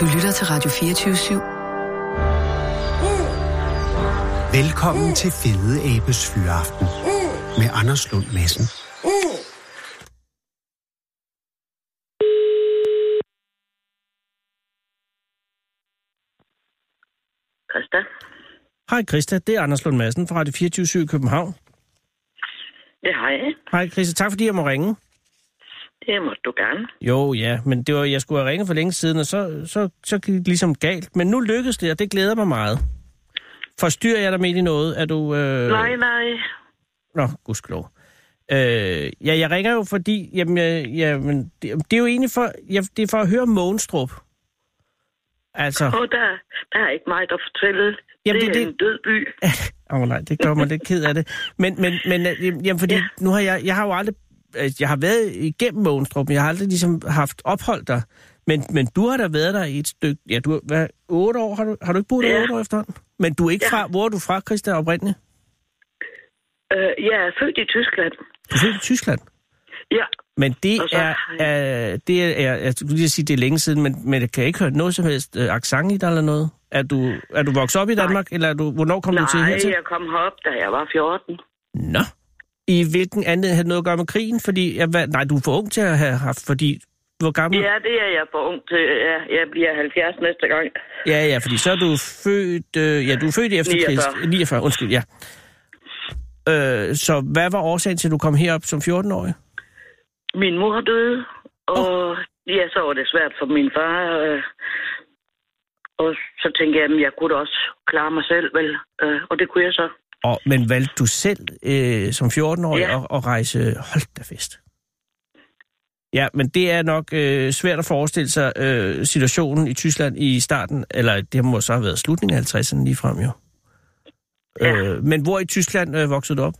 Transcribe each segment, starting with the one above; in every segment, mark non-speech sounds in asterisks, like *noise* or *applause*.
Du lytter til Radio 24 /7. Velkommen til Fede Abes Fyraften med Anders Lund Madsen. Christa. Hej Christa, det er Anders Lund Madsen fra Radio 24 i København. Ja, hej. Hej Christa, tak fordi jeg må ringe. Det må du gerne. Jo, ja, men det var, jeg skulle have ringet for længe siden, og så, så, så gik det ligesom galt. Men nu lykkedes det, og det glæder mig meget. Forstyrrer jeg dig midt i noget? Er du... Øh... Nej, nej. Nå, gudskelov. Øh, ja, jeg ringer jo, fordi... Jamen, jeg, jamen det, det, er jo egentlig for, jeg, det er for at høre Månstrup. Altså... Og der, der er ikke meget at fortælle. Jamen, Jamen, det det er er det- en død by. *laughs* Åh oh, nej, det gør mig lidt ked af det. Men, men, men øh, jamen, fordi ja. Ja. nu har jeg, jeg har jo aldrig, øh, jeg har været igennem Mogenstrup, men jeg har aldrig ligesom haft ophold der. Men, men du har da været der i et stykke, ja, du har, hvad, otte år, har du, har du ikke boet der Ja. ja. otte år efterhånden? Men du er ikke Ja. fra, hvor er du fra, Christa, oprindeligt? Øh, jeg er født i Tyskland. Du er født i Tyskland. Ja, Men det Og så er, har er, det er, jeg skulle lige sige, det er længe siden, men, men jeg kan ikke høre noget som helst øh, accent i dig eller noget. Er du, er du vokset op i Danmark, eller er du, hvornår kom du til nej, hertil? jeg kom herop, da jeg var 14. Nå. I hvilken anledning havde noget at gøre med krigen? Fordi, jeg, hvad, nej, du er for ung til at have haft, fordi... Hvor gammel? Ja, det er jeg for ung til. Ja, jeg bliver 70 næste gang. ja, ja, fordi så er du født... Øh, ja, du er født efter 49. 49, undskyld, ja. Øh, så hvad var årsagen til, at du kom herop som 14-årig? Min mor døde, og oh. ja, så var det svært for min far. Øh, og så tænkte jeg, at jeg kunne da også klare mig selv, vel? Øh, og det kunne jeg så. Og, men valgte du selv øh, som 14-årig Ja. ja. at, at rejse... Hold da fest. Ja, men det er nok øh, svært at forestille sig øh, situationen i Tyskland i starten, eller det må så have været slutningen af 50'erne ligefrem jo. Ja. Øh, men hvor i Tyskland øh, voksede du op?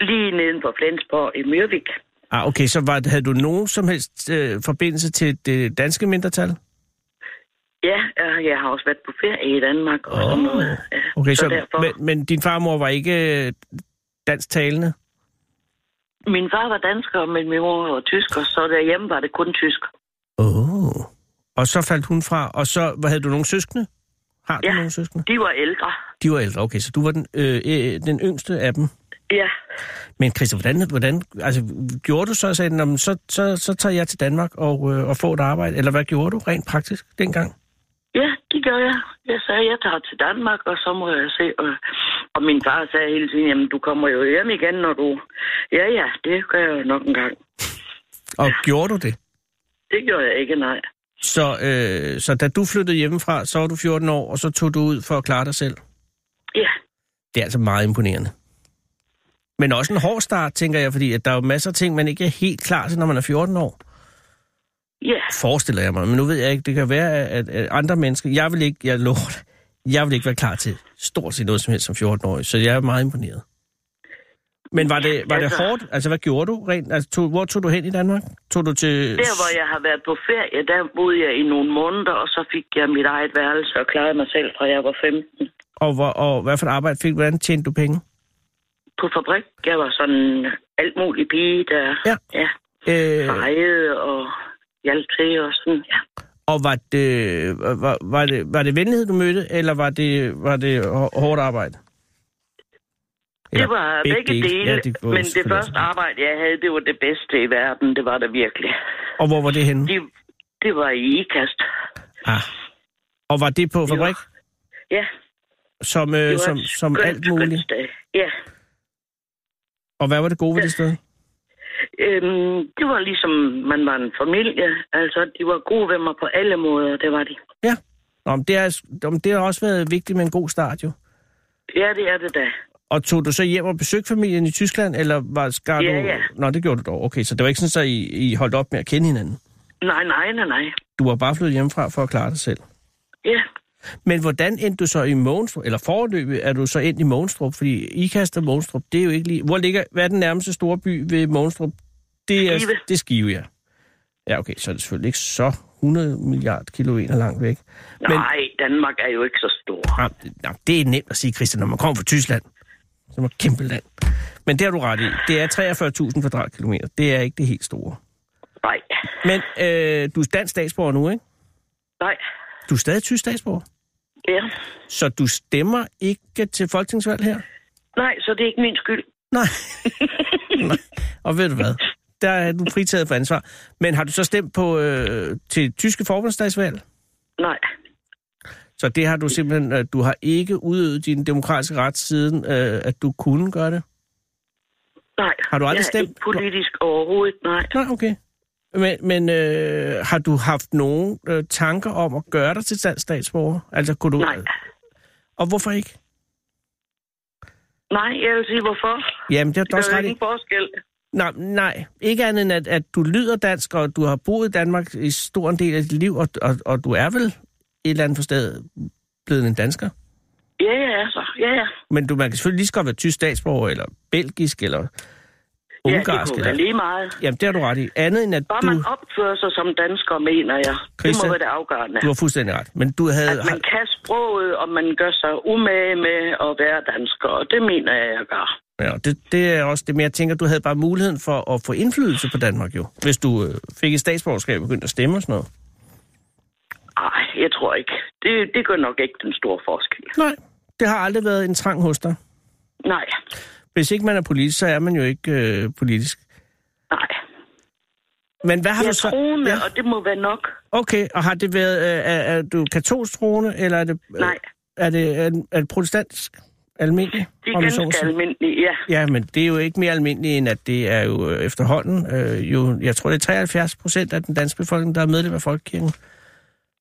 Lige neden for Flensborg i Myrvik. Ah, okay, så var, havde du nogen som helst øh, forbindelse til det danske mindretal? Ja, øh, jeg har også været på ferie i Danmark og sådan noget. Ja, Okay, så, derfor. men, men din farmor var ikke øh, dansktalende? Min far var dansker, men min mor var tysker, så derhjemme var det kun tysk. Åh. Oh. Og så faldt hun fra, og så hvad, havde du nogle søskende? Har du Ja. nogle søskende? De var ældre. De var ældre, okay, så du var den, øh, øh, den yngste af dem. Ja, Men Christian, hvordan, hvordan altså, gjorde du så, sagde den, "Nå, men så, så, så tager jeg til Danmark og, øh, og får et arbejde? Eller hvad gjorde du rent praktisk dengang? ja det gør jeg. Jeg sagde, jeg tager til Danmark, og så må jeg se. Og, og min far sagde hele tiden, jamen du kommer jo hjem igen, når du... Ja, ja, det gør jeg jo nok en gang. Og gjorde du det? Det gjorde jeg ikke, nej. Så, øh, så da du flyttede hjemmefra, så var du 14 år, og så tog du ud for at klare dig selv. Ja, Det er altså meget imponerende. Men også en hård start, tænker jeg, fordi at der er jo masser af ting, man ikke er helt klar til, når man er 14 år. ja, Forestiller jeg mig, men nu ved jeg ikke, det kan være, at, at andre mennesker... Jeg vil ikke, jeg lover det, jeg vil ikke være klar til stort set noget som helst som 14-årig, så jeg er meget imponeret. Men var det, var det Altså- hårdt? Altså, hvad gjorde du rent? Altså, tog, hvor tog du hen i Danmark? Tog du til... der hvor jeg har været på ferie, der boede jeg i nogle måneder, og så fik jeg mit eget værelse og klarede mig selv, fra jeg var 15. Og, hvor, og hvad for et arbejde fik du? Hvordan tjente du penge? På fabrik, jeg var sådan alt mulig pige, der... Ja. ja Øh, fejede og hjalp til og sådan, ja. Og var det, øh, var, var, det, var det venlighed, du mødte, eller var det, var det hår- hårdt arbejde? Eller Det var begge begge dele. dele, Ja, ja, det det var men det selvfølgelig første også- arbejde, jeg havde, det var det bedste i verden. Det var det virkelig. Og hvor var det henne? Det, det var i IKAST. Ah. Og var det på fabrik? Ja, Som, det øh, var som, et som skønt, alt muligt. skønt sted. Ja, Og hvad var det gode ved det sted? øhm, det var ligesom, man var en familie. Altså, de var gode ved mig på alle måder, det var de. Ja. Nå, men det, er, om det har også været vigtigt med en god start, jo. Ja, det er det da. Og tog du så hjem og besøgte familien i Tyskland, eller var skar Ja, du... ja. Nå, det gjorde du dog. Okay, så det var ikke sådan, så I, I holdt op med at kende hinanden. Nej, nej, nej, nej. Du var bare flyttet hjemmefra for at klare dig selv. Ja, Men hvordan endte du så i Mogenstrup, eller forløbet er du så ind i Mogenstrup? Fordi Ikast og Mogenstrup, det er jo ikke lige... Hvor ligger, hvad er den nærmeste store by ved Mogenstrup? Det er, Skive. Det er Skive, ja. Ja, okay, så er det selvfølgelig ikke så 100 milliard kilometer langt væk. Men nej, Danmark er jo ikke så stor. ah, det- nå, det er nemt at sige, Christian, når man kommer fra Tyskland. Som er et kæmpe land. Men det har du ret i. Det er 43.000 kvadratkilometer. Det er ikke det helt store. Nej, Men øh, du er dansk statsborger nu, ikke? Nej, Du er stadig tysk statsborger, ja. så du stemmer ikke til folketingsvalg her? Nej, så det er ikke min skyld. Nej. *laughs* Nej. Og ved du hvad? Der er du fritaget for ansvar. Men har du så stemt på øh, til tyske forbundsdagsvalg? Nej, Så det har du simpelthen, øh, du har ikke udøvet din demokratiske ret siden, øh, at du kunne gøre det? nej. Har du aldrig jeg stemt? Er ikke politisk overhovedet, nej. Nej, okay. Men, men øh, har du haft nogen øh, tanker om at gøre dig til dansk statsborger? Altså, kunne du... Nej. Og hvorfor ikke? Nej, jeg vil sige, hvorfor? Jamen, det er du Der også er jo ret i. ingen forskel. Nej, nej, ikke andet end, at, at du lyder dansk, og du har boet i Danmark i stor en del af dit liv, og, og, og du er vel et eller andet forstået blevet en dansker. Ja, ja, altså. Ja, ja. Men du, man kan selvfølgelig lige så godt være tysk statsborger, eller belgisk, eller ja, ungarsk. det kunne være eller... lige meget. Jamen, det har du ret i. Andet end, at Bare du, man opfører sig som dansker, mener jeg. Christian, det må være det afgørende. du har fuldstændig ret. Men du havde... At Altså, man kan sproget, og man gør sig umage med at være dansker. Og det mener jeg, jeg gør. Ja, det, det er også det, men jeg tænker, du havde bare muligheden for at få indflydelse på Danmark jo, hvis du øh, fik et statsborgerskab og begyndte at stemme og sådan noget. Nej, jeg tror ikke. Det, det gør nok ikke den store forskel. Nej, det har aldrig været en trang hos dig. Nej, Hvis ikke man er politisk, så er man jo ikke øh, politisk. nej. Men hvad har Jeg du er så... troende, Ja, og det må være nok. okay, og har det været... Øh, er, er du katolsk troende, eller er det... Øh, Nej, Er det, er, er det protestantisk almindelig? de er om jeg så må ganske sige? almindelige, ja. Ja, men det er jo ikke mere almindeligt, end at det er jo øh, efterhånden, øh, jo, jeg tror det er 73 procent af den danske befolkning, der er medlem af Folkekirken.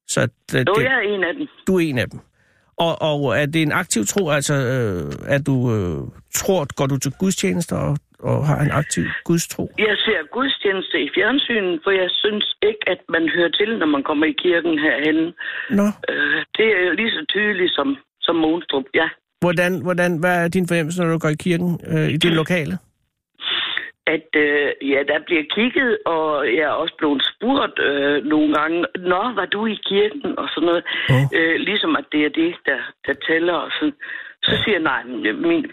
Så det, det, Jo, jeg er en af dem. du er en af dem. Og, og er det en aktiv tro, altså øh, at du øh, tror, går du til gudstjenester og, og har en aktiv gudstro? Jeg ser gudstjeneste i fjernsynet, for jeg synes ikke, at man hører til, når man kommer i kirken herhen. Nå, Øh, det er jo lige så tydeligt som, som Monstrup, ja. hvordan, hvordan, hvad er din fornemmelse, når du går i kirken øh, i din lokale? At øh, ja, der bliver kigget, og jeg er også blevet spurgt øh, nogle gange, Nå, var du i kirken? Og sådan noget. Åh. Øh, ligesom at det er det, der, der tæller. Og sådan. Så siger jeg, nej, men, øh, min,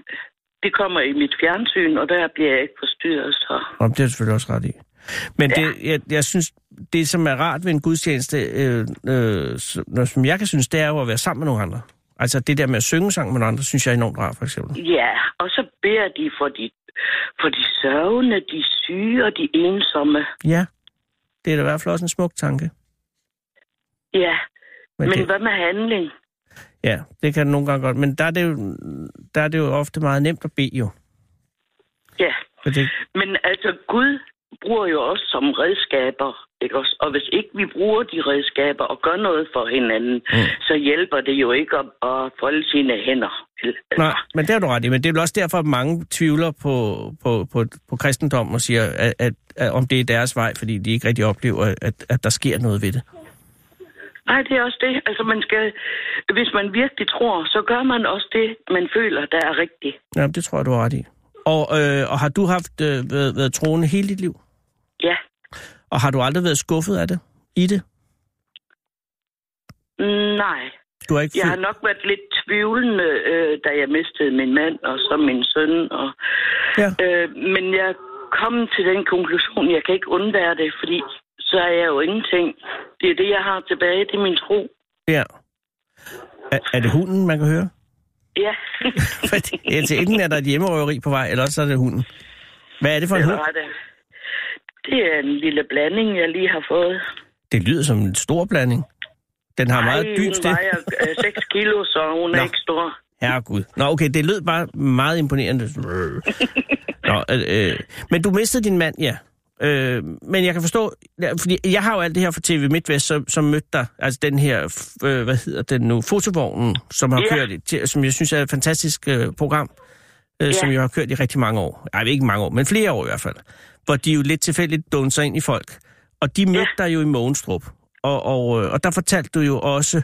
det kommer i mit fjernsyn, og der bliver jeg ikke forstyrret. Så. Nå, det er du selvfølgelig også ret i. Men det, jeg, jeg synes, det som er rart ved en gudstjeneste, øh, øh, som- noget, som jeg kan synes, det er jo at være sammen med nogle andre. Altså det der med at synge sang med nogle andre, synes jeg er enormt rart, for eksempel. Ja, og så beder de for de, for de sørgende, de syge og de ensomme. Ja, det er da i hvert fald også en smuk tanke. Ja, men, men det- det... hvad med handling? Ja, det kan det nogle gange godt. Men der er, det jo, der er det jo ofte meget nemt at bede jo. Ja, For det, men altså Gud bruger jo os som redskaber, ikke også? Og hvis ikke vi bruger de redskaber og gør noget for hinanden, mm. så hjælper det jo ikke at, at folde sine hænder. vel? Altså, nej, men det har du ret i. Men det er vel også derfor, at mange tvivler på, på, på, på kristendommen og siger, at, at, at, om det er deres vej, fordi de ikke rigtig oplever, at, at der sker noget ved det. Nej, det er også det. Altså man skal, hvis man virkelig tror, så gør man også det, man føler, der er rigtigt. Ja, det tror jeg, du har ret i. Og, øh, og har du haft øh, været, været troende hele dit liv? Ja. Og har du aldrig været skuffet af det? I det? Nej. Du har ikke Jeg har følt... nok været lidt tvivlende, øh, da jeg mistede min mand og så min søn. Og, Ja. øh, men jeg kom til den konklusion, jeg kan ikke undvære det, fordi så er jeg jo ingenting. Det er det, jeg har tilbage, det er min tro. Ja. Er, er det hunden, man kan høre? *laughs* Ja, Fordi, altså, enten er der et hjemmerøveri på vej, eller også er det hunden. Hvad er det for en det hund? var det. Det er en lille blanding, jeg lige har fået. Det lyder som en stor blanding. Den har meget Ej, dyb hun stemme. vejer øh, *laughs* 6 kilo, så hun Nå. er Nå. ikke stor. Herregud. Nå, okay, det lød bare meget imponerende. Nå, øh, øh, men du mistede din mand, ja. Øh, men jeg kan forstå, ja, fordi jeg har jo alt det her fra TV MidtVest, som, som mødte dig, altså den her, f- øh, hvad hedder den nu, fotovognen, som har Ja. kørt, i- til- som jeg synes er et fantastisk øh, program, øh, som jo har kørt i rigtig mange år. Ej, ikke mange år, men flere år i hvert fald. Hvor de jo lidt tilfældigt dunser ind i folk. Og de mødte ja. dig jo i Mogenstrup. Og, og, øh, og der fortalte du jo også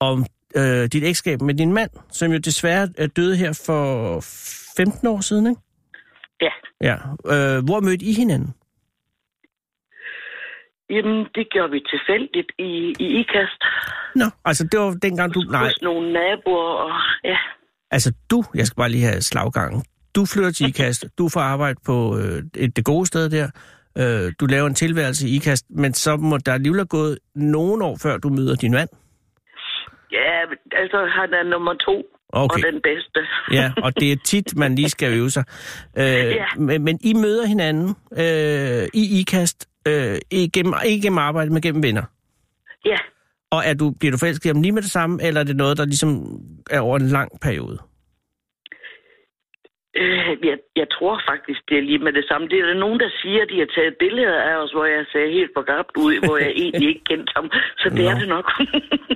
om øh, dit ægteskab med din mand, som jo desværre øh, døde her for 15 år siden, ikke? Ja. Ja. Øh, hvor mødte I hinanden? Jamen, det gjorde vi tilfældigt i, i IKAST. Nå, altså det var dengang du... Nej, Hos nogle naboer, og ja. altså du, jeg skal bare lige have slaggangen. Du flytter til IKAST, du får arbejde på øh, et, det gode sted der, øh, du laver en tilværelse i ikast, men så må der alligevel have gået nogle år, før du møder din mand. Ja, altså han er nummer to. Okay. Og den bedste. Ja, og det er tit, man lige skal øve sig. Øh, Ja. men, men I møder hinanden øh, i ikast, øh, igennem, ikke gennem arbejde, men gennem venner. *laughs* ja, Og er du, bliver du forelsket i ham lige med det samme, eller er det noget, der ligesom er over en lang periode? øh, jeg, jeg tror faktisk, det er lige med det samme. Det er der nogen, der siger, at de har taget billeder af os, hvor jeg ser helt forgabt ud, hvor *laughs* jeg egentlig ikke kendte ham. Så det Nå. er det nok.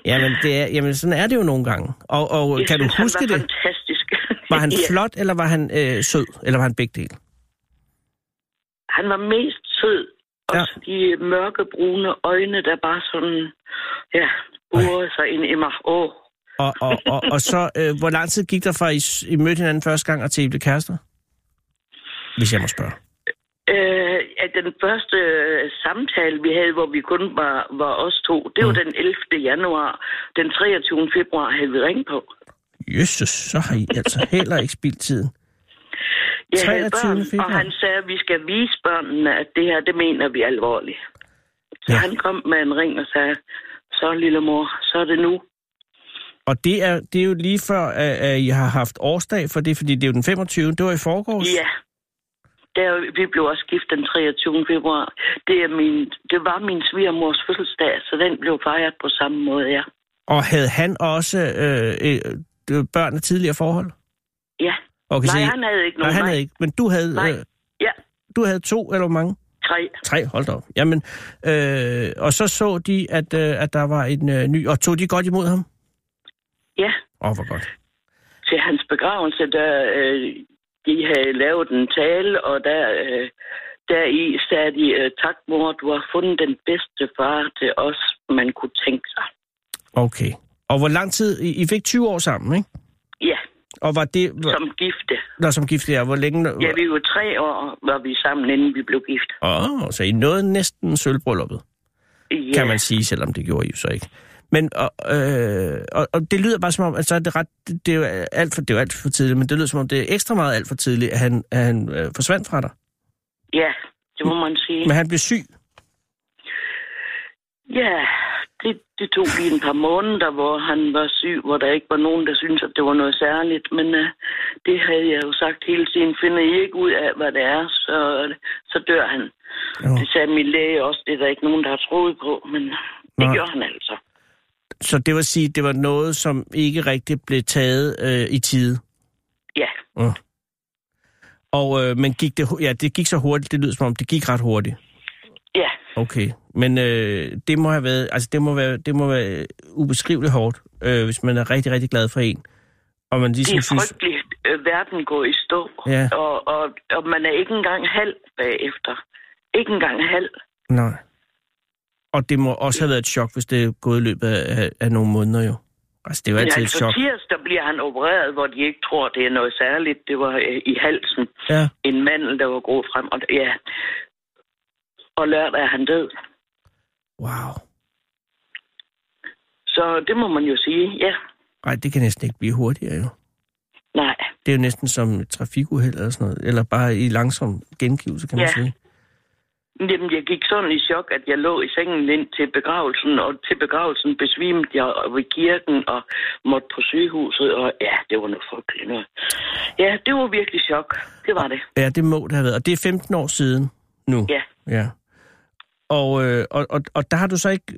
Jamen, det er, jamen, sådan er det jo nogle gange. Og, og *laughs* Jeg kan du synes, huske han var det? fantastisk. Var han *laughs* ja, flot, eller var han øh, sød? Eller var han begge dele? Han var mest sød. Ja. Også de mørkebrune øjne, der bare sådan, ja, urede sig ind i mig. Åh, Og, og, og, og så, øh, hvor lang tid gik der fra, I, s- I mødte hinanden første gang, og til I blev kærester? Hvis jeg må spørge. Øh, at den første øh, samtale, vi havde, hvor vi kun var, var os to, det var Mm. den 11. januar. Den 23. februar havde vi ringet på. Jesus, så har I altså heller ikke spildt tiden. Jeg havde 23. børn, februar. og han sagde, at vi skal vise børnene, at det her, det mener vi alvorligt. Så Ja. ja. han kom med en ring og sagde, så lille mor, så er det nu. Og det er, det er jo lige før, at, at I har haft årsdag for det, fordi det er jo den 25. Det var i forgårs. Ja. Der, vi blev også gift den 23. februar. Det, er min, det var min svigermors fødselsdag, så den blev fejret på samme måde, ja. Og havde han også øh, øh, øh, børn af tidligere forhold? Ja. Okay, så Nej, I- han havde ikke nej, nogen. han havde ikke. Men du havde, Nej. øh, Ja, du havde to, eller hvor mange? tre. Tre, hold da op. Jamen, øh, og så så de, at, øh, at der var en øh, ny, og tog de godt imod ham? Ja. Åh, oh, hvor godt. til hans begravelse, der øh, de havde lavet en tale, og der, øh, der i sagde de, øh, tak mor, du har fundet den bedste far til os, man kunne tænke sig. Okay. Og hvor lang tid, I I fik 20 år sammen, ikke? Ja, Og var det, som gifte. når som gift er, hvor længe? Ja, vi var tre år, var vi sammen, inden vi blev gift. Åh, oh, så I nåede næsten sølvbrylluppet, Ja, ja. kan man sige, selvom det gjorde I jo så ikke. Men og, øh, og, og det lyder bare som om, at så er det ret, det, det, er jo alt for, det er jo alt for tidligt, men det lyder som om, det er ekstra meget alt for tidligt, at han, at han øh, forsvandt fra dig. ja det må man sige. Men han blev syg. Ja, det, det tog lige en par måneder, hvor han var syg, hvor der ikke var nogen, der syntes, at det var noget særligt. Men uh, det havde jeg jo sagt hele tiden. Finder I ikke ud af, hvad det er, så, så dør han. Jo. Det sagde min læge også. Det er der ikke nogen, der har troet på, men det Nej. gjorde han altså. Så det vil sige, det var noget, som ikke rigtig blev taget øh, i tide. Ja, Og, øh, men gik det, hu- ja, det gik så hurtigt, det lyder som om, det gik ret hurtigt. ja, Okay, men øh, det må have været, altså det må være, det må være øh, ubeskriveligt hårdt, øh, hvis man er rigtig, rigtig glad for en. Og man det ligesom er synes, frygteligt. Øh, Verden går i stå, Ja. og, og, og man er ikke engang halv bagefter. Ikke engang halv. nej. Og det må også have været et chok, hvis det er gået i løbet af, af nogle måneder jo. Altså det er jo Men altid et altså, chok. tirsdag bliver han opereret, hvor de ikke tror, det er noget særligt. Det var øh, i halsen. Ja. En mandel, der var grå frem. Og, ja. og lørdag er han død. Wow. Så det må man jo sige, ja. Nej, det kan næsten ikke blive hurtigere jo. Nej, Det er jo næsten som et trafikuheld eller sådan noget, eller bare i langsom gengivelse, kan man Ja. sige. Jamen, jeg gik sådan i chok, at jeg lå i sengen ind til begravelsen, og til begravelsen besvimte jeg ved kirken og måtte på sygehuset, og ja, det var noget frygteligt noget. Ja, det var virkelig chok. Det var det. Ja, det må det have været. Og det er 15 år siden nu. Ja. ja. Og, øh, og, og, og der har du så ikke...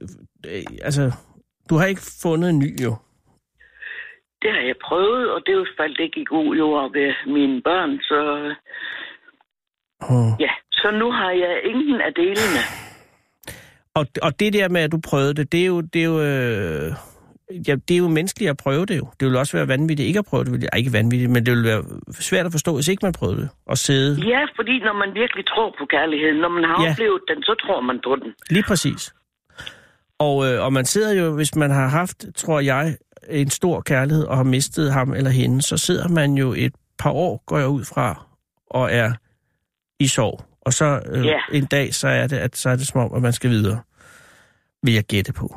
Øh, altså, du har ikke fundet en ny, jo. Det har jeg prøvet, og det faldt ikke i god jord ved mine børn, så Oh. ja. Så nu har jeg ingen af delene. Og, og det der med, at du prøvede det, det er jo... Det er jo øh, Ja, det er jo menneskeligt at prøve det jo. Det ville også være vanvittigt ikke at prøve det. Ville, ej, ikke vanvittigt, men det ville være svært at forstå, hvis ikke man prøvede det. Og sidde Ja, fordi når man virkelig tror på kærligheden, når man har Ja. ja. oplevet den, så tror man på den. Lige præcis. Og, øh, og man sidder jo, hvis man har haft, tror jeg, en stor kærlighed og har mistet ham eller hende, så sidder man jo et par år, går jeg ud fra, og er i sorg. Og så øh, Ja. en dag, så er, det, at, så er det som om, at man skal videre. Vil jeg gætte på.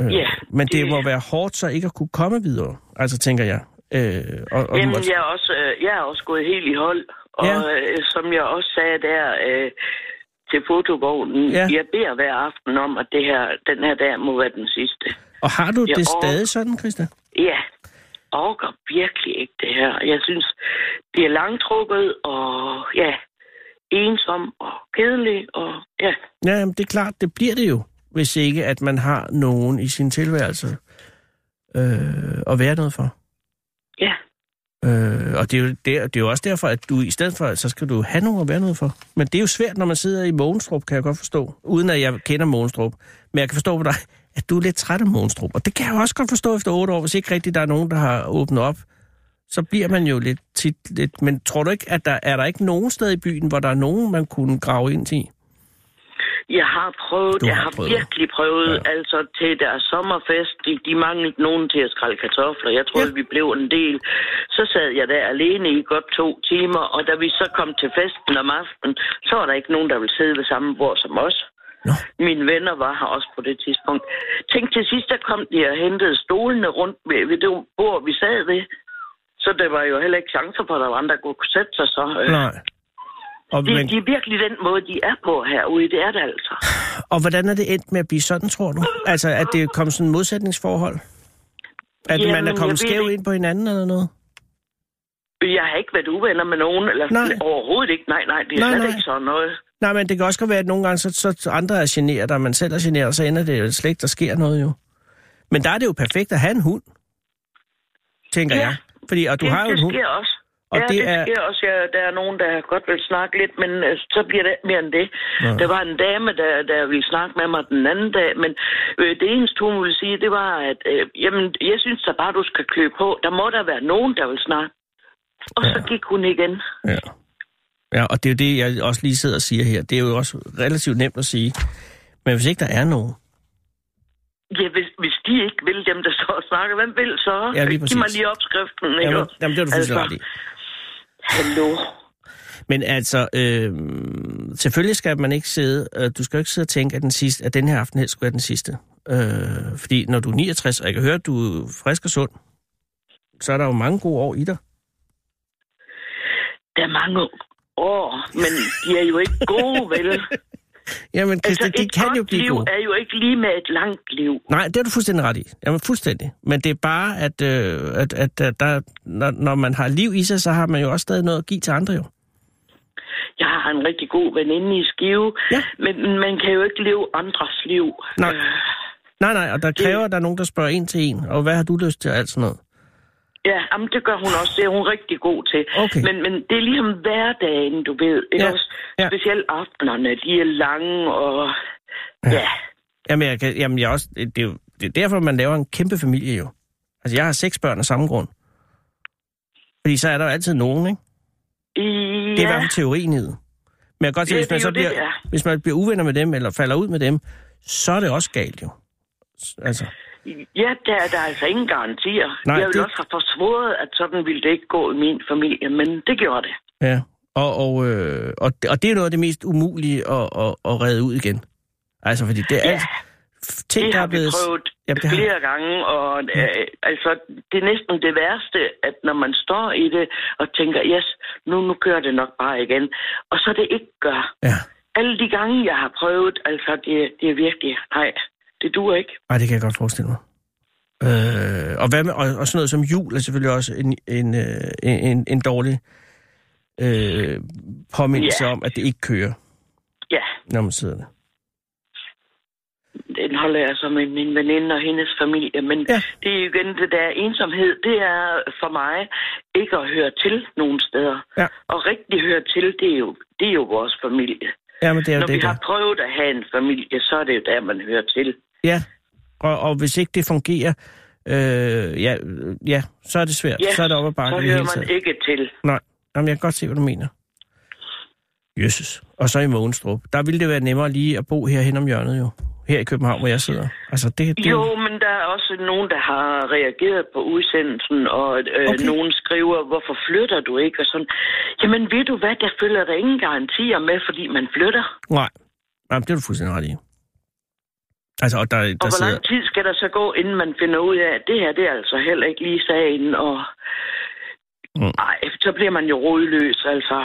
Øh, Ja, men det det- må være hårdt så ikke at kunne komme videre, altså tænker jeg. Øh, og, og Jamen, du, jeg er, også, øh, jeg er også gået helt i hold. Og Ja. ja. øh, som jeg også sagde der øh, til fotovognen. Ja. Ja. Jeg beder hver aften om, at det her, den her dag må være den sidste. Og har du Jeg det orker- stadig sådan, Christa? Ja, orker virkelig ikke det her. Jeg synes, det er langtrukket og ja, ensom og kedelig og ja. Ja, jamen, det er klart, det bliver det jo, hvis ikke at man har nogen i sin tilværelse øh, at være noget for. Ja. Øh, og det er, jo der, det er jo også derfor, at du i stedet for, så skal du have nogen at være noget for. Men det er jo svært, når man sidder i Mogenstrup, kan jeg godt forstå. Uden at jeg kender Mogenstrup. Men jeg kan forstå på dig, at du er lidt træt af Mogenstrup. Og det kan jeg jo også godt forstå efter otte år, hvis ikke rigtig der er nogen, der har åbnet op. Så bliver man jo lidt tit lidt... Men tror du ikke, at der er der ikke nogen sted i byen, hvor der er nogen, man kunne grave ind i? Jeg har prøvet, Du jeg har har prøvet. virkelig prøvet, Ja. ja. altså til deres sommerfest, de, de manglede nogen til at skrælle kartofler, jeg troede, Ja. ja. vi blev en del. Så sad jeg der alene i godt to timer, og da vi så kom til festen om aftenen, så var der ikke nogen, der ville sidde ved samme bord som os. Nå. Mine venner var her også på det tidspunkt. Tænk, til sidst der kom de og hentede stolene rundt ved, ved det bord, vi sad ved. Så der var jo heller ikke chancer for, at der var andre, der kunne sætte sig så. øh. Nej. Og, Det, men, det er virkelig den måde, de er på herude. Det er det altså. og hvordan er det endt med at blive sådan, tror du? Altså, at det er kommet sådan et modsætningsforhold? At Jamen, man Jamen, er jeg kommet ved skæv ikke. ind på hinanden eller noget? Jeg har ikke været uvenner med nogen, eller Nej. nej. overhovedet ikke. Nej, nej, det er Nej, nej, slet nej. nej. ikke sådan noget. Nej, men det kan også godt være, at nogle gange, så, så andre er generet, og man selv er generet, så ender det jo slet ikke, der sker noget jo. Men der er det jo perfekt at have en hund, tænker Ja. ja. jeg. Fordi, og du det, har jo en det hund. sker også. Og Og ja, det det, det er- sker også. Ja, der er nogen, der godt vil snakke lidt, men øh, så bliver det ikke mere end det. Nå. Ja. Der var en dame, der, der ville snakke med mig den anden dag, men øh, det eneste, hun ville sige, det var, at øh, jamen, jeg synes da bare, du skal klø på. Der må der være nogen, der vil snakke. Og ja. så gik hun igen. Ja. ja, og det er jo det, jeg også lige sidder og siger her. Det er jo også relativt nemt at sige. Men hvis ikke der er nogen, Ja, hvis, hvis de ikke vil, dem der står og snakker, hvem vil så? Ja, lige Giv mig præcis. lige opskriften, ikke? jamen, også? jamen det er du fuldstændig altså. ret i. Hallo. Men altså, øh, selvfølgelig skal man ikke sidde, øh, du skal jo ikke sidde og tænke, at, den sidste, at den her aften helst skulle være den sidste. Øh, fordi når du er 69, og jeg kan høre, at du er frisk og sund, så er der jo mange gode år i dig. Der er mange år, men de er jo ikke gode, *laughs* vel? Jamen, Christian, altså, det et kan godt jo blive liv gode. er jo ikke lige med et langt liv. Nej, det er du fuldstændig ret i. Jamen, fuldstændig. Men det er bare, at, øh, at, at, at der, når, når man har liv i sig, så har man jo også stadig noget at give til andre jo. Jeg har en rigtig god veninde i Skive, Ja. men man kan jo ikke leve andres liv. Nej. Øh, Nej, nej, og der kræver, at der er nogen, der spørger en til en, og hvad har du lyst til og alt sådan noget. Ja, jamen, det gør hun også. Det er hun rigtig god til. Okay. Men, men det er ligesom hverdagen, du ved. Ikke Ja, også? ja. Specielt aftenerne, de er lange, og... Ja. ja. Jamen, jeg kan, jamen jeg er også, det, det, er jo, det er derfor, man laver en kæmpe familie jo. Altså, jeg har seks børn af samme grund. Fordi så er der jo altid nogen, ikke? Det er i hvert fald teorien i det. Men jeg kan godt se, Ja, hvis det man, er så jo det, bliver, det er. hvis man bliver uvenner med dem, eller falder ud med dem, så er det også galt jo. S- Altså, Ja, der, er- der er altså ingen garantier. Nej, jeg ville det- også have forsvoret, at sådan ville det ikke gå i min familie, men det gjorde det. ja. Og, og, øh, og, det, og det er noget af det mest umulige at, at, at redde ud igen. Altså, fordi det er Ja. alt... f- Ting, Det der har er vi blevet... prøvet Jamen, det har- Mm. flere gange, og øh, altså, det er næsten det værste, at når man står i det og tænker, yes, nu, nu kører det nok bare igen, og så det ikke gør. Ja, Alle de gange, jeg har prøvet, altså, det, det er virkelig, nej, det duer ikke. Ej, det kan jeg godt forestille mig. Øh, og, hvad med, og, og sådan noget som jul er selvfølgelig også en, en, øh, en, en dårlig øh, påmindelse Ja. om, at det ikke kører, Ja, når man sidder der. den holder jeg så med min veninde og hendes familie, men Ja. ja. det er jo igen det der ensomhed, det er for mig ikke at høre til nogen steder. Ja. Og rigtig høre til, det er jo, det er jo vores familie. Ja, men det er jo Når vi det der. har prøvet at have en familie, så er det jo der, man hører til. Ja, og, og hvis ikke det fungerer, øh, ja, ja, så er det svært. Ja, så er det op ad Så bakken i det hører hele man taget. ikke til. Nej, Jamen, jeg kan godt se, hvad du mener. Jesus. Og så i Mogenstrup. Der ville det være nemmere lige at bo herhen om hjørnet jo. Her i København, hvor jeg sidder. Altså, det, det Jo, men der er også nogen, der har reageret på udsendelsen, og øh, Okay. okay. nogen skriver, hvorfor flytter du ikke? Og sådan. Jamen ved du hvad, der følger der ingen garantier med, fordi man flytter. Nej. Jamen, det er du fuldstændig ret i. Altså, og der, Og der hvor sidder... lang tid skal der så gå, inden man finder ud af, at det her, det er altså heller ikke lige sagen, og... Mm. Nej, så bliver man jo rodløs, altså.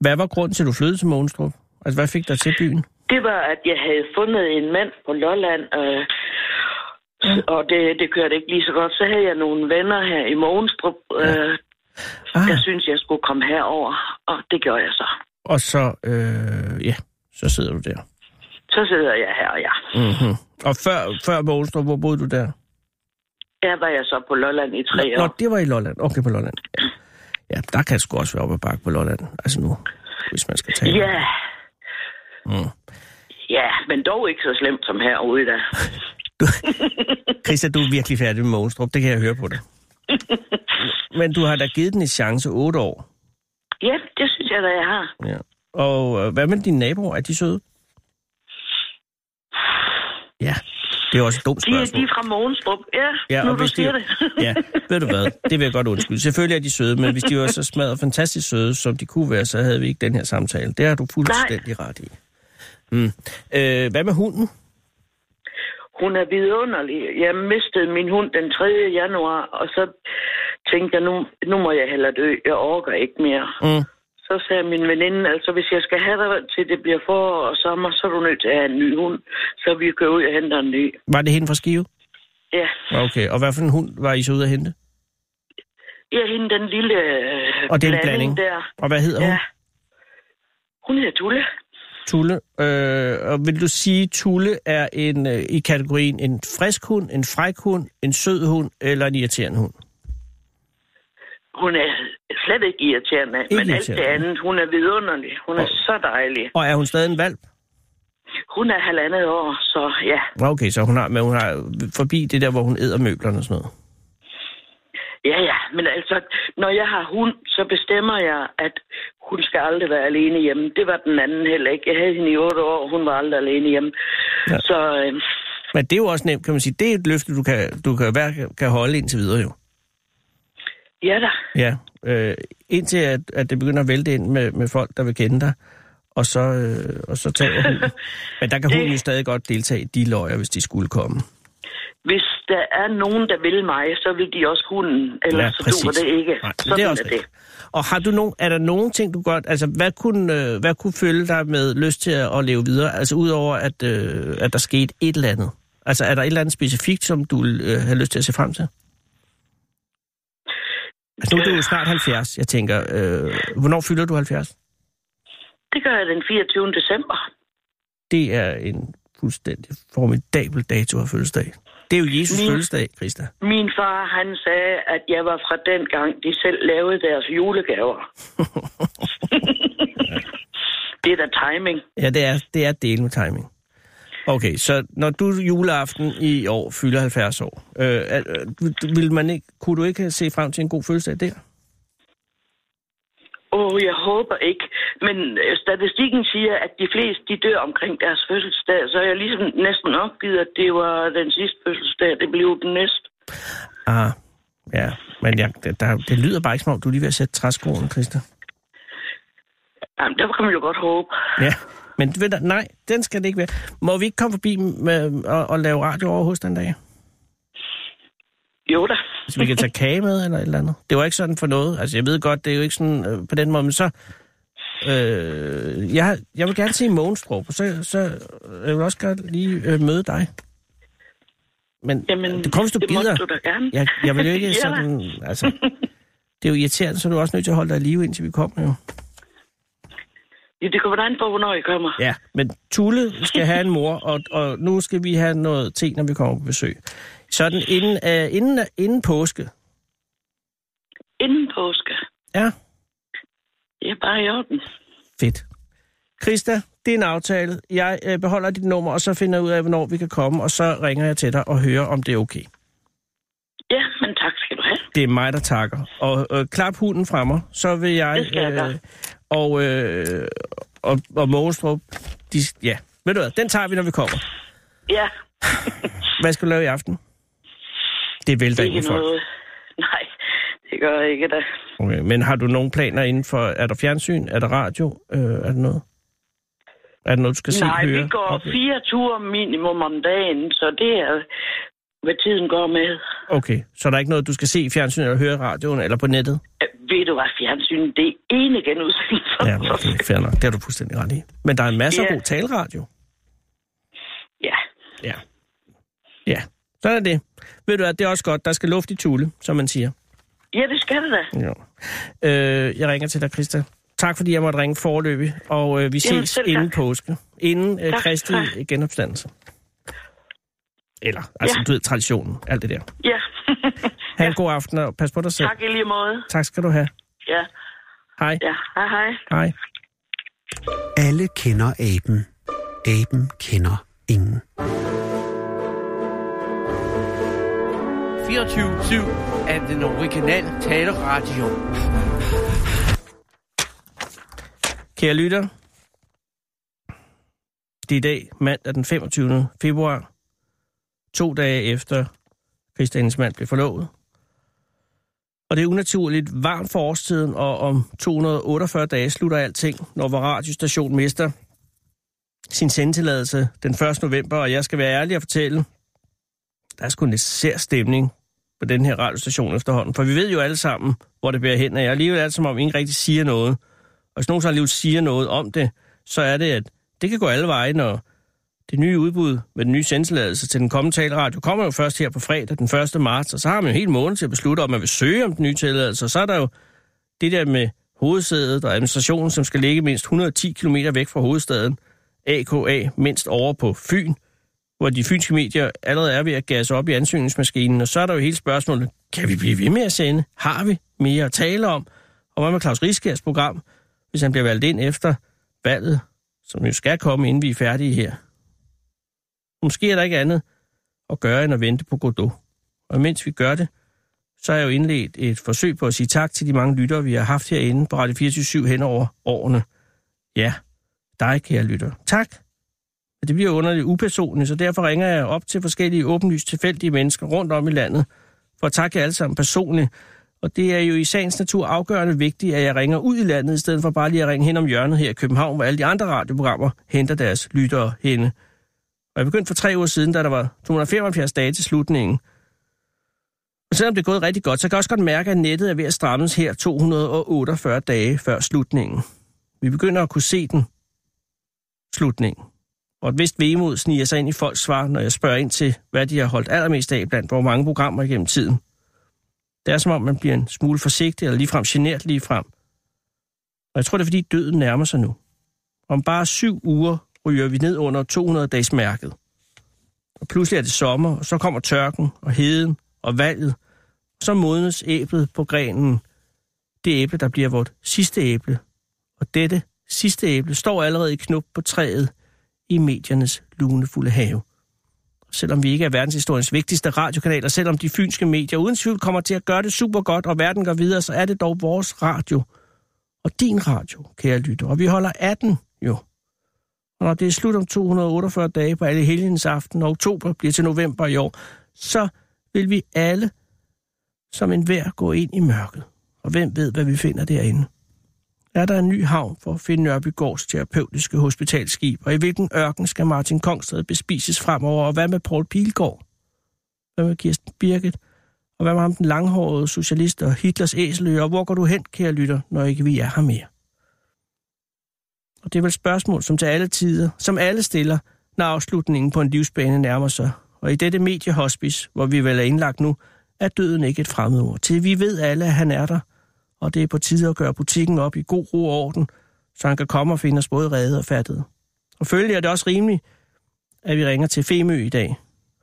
Hvad var grunden til, at du flyttede til Mogenstrup? Altså, hvad fik dig til byen? det var, at jeg havde fundet en mand på Lolland, øh, ja. og det, det kørte ikke lige så godt. Så havde jeg nogle venner her i Mogenstrup, øh, ja. ah. der syntes, jeg skulle komme herover, og det gjorde jeg så. Og så, øh, ja, så sidder du der. Så sidder jeg her, ja. Mm-hmm. Og før, før Mogenstrup, hvor boede du der? Der var jeg så på Lolland i tre Nå, år. det var i Lolland. Okay, på Lolland. Ja, ja der kan det sgu også være op ad bakke på Lolland. Altså nu, hvis man skal tale. Ja, Mm. ja, men dog ikke så slemt som herude, da. Christa, du er virkelig færdig med Mogenstrup. Det kan jeg høre på *laughs* dig. Men du har da givet den en chance otte år. Ja, det synes jeg da, jeg har. Ja. Og øh, hvad med dine naboer? Er de søde? Ja, det er også et dumt De, spørgsmål. de er fra Mogenstrup. Ja, Ja, ja nu og du hvis de- siger det. Ja, ved du hvad, det vil jeg godt undskylde. Selvfølgelig er de søde, men hvis de var så smadret fantastisk søde, som de kunne være, så havde vi ikke den her samtale. Det har du fuldstændig ret i. Mm. Øh, hvad med hunden? Hun er vidunderlig. Jeg mistede min hund den 3. januar, og så tænkte jeg, nu, nu må jeg hellere dø. Jeg orker ikke mere. Mm. Så sagde min veninde, altså hvis jeg skal have dig til det bliver forår og sommer, så er du nødt til at have en ny hund, så vi kan ud og hente en ny. Var det hende fra Skive? Ja, Okay, og hvad for en hund var I så ude at hente? jeg hende den lille øh, Og det er en blanding, blanding. der. Og hvad hedder hun? Ja. Hun hedder Tulle. Tulle. Øh, og vil du sige, at Tulle er en, øh, i kategorien en frisk hund, en fræk hund, en sød hund eller en irriterende hund? Hun er slet ikke irriterende, Ikke men alt det irriterende. andet, hun er vidunderlig. Hun er Og- så dejlig. Og er hun stadig en valp? Hun er halvandet år, så ja. Nå, Okay, så hun har, men hun har forbi det der, hvor hun æder møblerne og sådan noget. Ja, ja, men altså, når jeg har hund, så bestemmer jeg, at hun skal aldrig være alene hjemme. Det var den anden heller ikke. Jeg havde hende i otte år, hun var aldrig alene hjemme. Ja. Ja. Så øh, Men det er jo også nemt, kan man sige. Det er et løfte, du kan, du kan, hver, kan holde indtil videre jo. ja da, Ja. Øh, indtil at, at det begynder at vælte ind med, med folk, der vil kende dig. Og så, øh, og så tager *laughs* hunden. Men der kan hunden jo stadig godt deltage i de løjer, hvis de skulle komme. hvis der er nogen, der vil mig, så vil de også hunden. Ellers ja, så duer det ikke. Nej, så men det er sådan også er rigtigt. Og har du nogen, er der nogen ting, du godt... Altså, hvad kunne, øh, hvad kunne følge dig med lyst til at, at leve videre? Altså, udover at, øh, at der skete et eller andet. Altså, er der et eller andet specifikt, som du øh, har lyst til at se frem til? Altså, nu er du jo snart 70, jeg tænker. Øh, hvornår fylder du 70? Det gør jeg den 24. december. Det er en fuldstændig formidabel dato af fødselsdag. Det er jo Jesus Min- fødselsdag, Christa. Min far, han sagde, at jeg var fra den gang, de selv lavede deres *laughs* julegaver. det er da timing. Ja, det er, det er del med timing. Okay, så når du juleaften i år fylder 70 år, øh, er- øh, du- vil man ikke, kunne du ikke se frem til en god fødselsdag der? Åh, oh, jeg håber ikke. Men øh, statistikken siger, at de fleste de dør omkring deres fødselsdag, så jeg ligesom næsten opgivet, at det var den sidste fødselsdag, det blev den næste. Ah, ja, men jeg, der- der, det lyder bare ikke som om, du er lige ved at sætte træskoen, Christa. Jamen, der kan man jo godt håbe. Ja, men ved du, nej, den skal det ikke være. Må vi ikke komme forbi med, og, og lave radio over hos den dag? Jo da. Så vi kan tage kage med, eller et eller andet. Det var ikke sådan for noget. Altså, jeg ved godt, det er jo ikke sådan øh, på den måde, men så... Øh, jeg, jeg vil gerne se Mogenstrup, og så, så øh, jeg vil også godt lige øh, møde dig. Men Jamen, det kommer, hvis du det gider. måtte du da gerne. Jeg, jeg vil *laughs* jo Ja, ikke da. sådan... Altså, det er jo irriterende, så er du også nødt til at holde dig i live, indtil vi kommer jo. Ja, det kommer da an på, hvornår I kommer. Ja, men Tulle skal have en mor, og, og nu skal vi have noget te, når vi kommer på besøg. Sådan inden, øh, inden, inden påske. Inden påske. Ja, Det er bare i orden. Fedt. Krista, det er en aftale. Jeg øh, beholder dit nummer, og så finder jeg ud af, hvornår vi kan komme, og så ringer jeg til dig og hører, om det er okay. Ja, men tak skal du have. Det er mig, der takker. Og øh, klap hunden fra mig, så vil jeg... Det skal jeg gøre. og, øh, og, og Mogenstrup, de, ja. Ved du hvad, den tager vi, når vi kommer. Ja, Hvad skal du lave i aften? Det vælter ikke ikke folk. noget. Nej, det gør jeg ikke da. Okay. Men har du nogle planer inden for... Er der fjernsyn? Er der radio? Øh, er der noget? Er der noget, du skal se, Nej, høre? vi går opleve? fire ture minimum om dagen, så det er, hvad tiden går med. Okay, så der er ikke noget, du skal se i fjernsynet eller høre i radioen eller på nettet? Øh, Ved du hvad, fjernsyn, det er ene genudsendelse. Ja, okay, fair nok. Det har du fuldstændig ret i. Men der er masser af Ja. god taleradio. Ja. Ja, sådan er det. Ved du at det er også godt. Der skal luft i tulle, som man siger. Ja, det skal det da. Jo. Øh, jeg ringer til dig, Christa. Tak, fordi jeg måtte ringe forløbig, og øh, vi ses Jamen, Jamen, selv tak. inden påske. Inden øh, Tak, Kristi tak. genopstandelse. Eller, altså, Ja. ja. du ved, traditionen, alt det der. *laughs* Ja. Ha' en god aften, og pas på dig selv. tak i lige måde. tak skal du have. Ja, Hej. ja. Hej, hej. Hej. Alle kender aben. Aben kender ingen. 24-7 af den originale taleradio. Kære lytter, det er i dag, mandag den 25. februar, to dage efter Christianes mand blev forlovet. Og det er unaturligt varmt for årstiden, og om 248 dage slutter alting, når vores radiostation mister sin sendetilladelse den 1. november, og jeg skal være ærlig og fortælle, der er sgu en sær stemning på den her radiostation efterhånden, for vi ved jo alle sammen, hvor det bærer hen, og alligevel er det, som om ingen rigtig siger noget. Og hvis nogen så alligevel siger noget om det, så er det, at det kan gå alle veje, når det nye udbud med den nye sendtilladelse til den kommende taleradio kommer jo først her på fredag den 1. marts, og så har man jo en hel måned til at beslutte, om man vil søge om den nye tilladelse, og så er der jo det der med hovedsædet og administrationen, som skal ligge mindst 110 km væk fra hovedstaden, AKA mindst over på Fyn, hvor de fynske medier allerede er ved at gasse op i ansøgningsmaskinen, og så er der jo hele spørgsmålet, kan vi blive ved med at sende? Har vi mere at tale om? Og hvad med Claus Rieskærs program? hvis han bliver valgt ind efter valget, som jo skal komme, inden vi er færdige her. Måske er der ikke andet at gøre, end at vente på Godot. Og mens vi gør det, så har jeg jo indledt et forsøg på at sige tak til de mange lyttere, vi har haft herinde på Radio 24 hen over årene. Ja, dig, kære lytter. Tak. Men det bliver jo underligt upersonligt, så derfor ringer jeg op til forskellige åbenlyst tilfældige mennesker rundt om i landet, for at takke jer alle sammen personligt og det er jo i sagens natur afgørende vigtigt, at jeg ringer ud i landet, i stedet for bare lige at ringe hen om hjørnet her i København, hvor alle de andre radioprogrammer henter deres lyttere henne. Og jeg begyndte for tre uger siden, da der var 275 dage til slutningen. Og selvom det er gået rigtig godt, så kan jeg også godt mærke, at nettet er ved at strammes her 248 dage før slutningen. Vi begynder at kunne se den. Slutningen. Og et vist vemod sniger sig ind i folks svar, når jeg spørger ind til, hvad de har holdt allermest af blandt hvor mange programmer igennem tiden. Det er som om, man bliver en smule forsigtig eller ligefrem genert ligefrem. Og jeg tror, det er fordi døden nærmer sig nu. Om bare syv uger ryger vi ned under 200-dages mærket. Og pludselig er det sommer, og så kommer tørken og heden og valget. Så modnes æblet på grenen. Det æble, der bliver vort sidste æble. Og dette sidste æble står allerede i knop på træet i mediernes lunefulde have selvom vi ikke er verdenshistoriens vigtigste radiokanal, og selvom de fynske medier uden tvivl kommer til at gøre det super godt, og verden går videre, så er det dog vores radio. Og din radio, kære lytter. Og vi holder 18, jo. Og når det er slut om 248 dage på alle helgens aften, og oktober bliver til november i år, så vil vi alle som en hver gå ind i mørket. Og hvem ved, hvad vi finder derinde? Er der en ny havn for at finde Nørbygårds terapeutiske hospitalskib, og i hvilken ørken skal Martin Kongstad bespises fremover, og hvad med Paul Pilgaard? Hvad med Kirsten Birgit? Og hvad med ham den langhårede socialist og Hitlers æselø, og hvor går du hen, kære lytter, når ikke vi er her mere? Og det er vel et spørgsmål, som til alle tider, som alle stiller, når afslutningen på en livsbane nærmer sig. Og i dette mediehospice, hvor vi vel er indlagt nu, er døden ikke et fremmedord. Til vi ved alle, at han er der, og det er på tide at gøre butikken op i god ro og orden, så han kan komme og finde os både reddet og fattet. Og følgelig er det også rimeligt, at vi ringer til Femø i dag,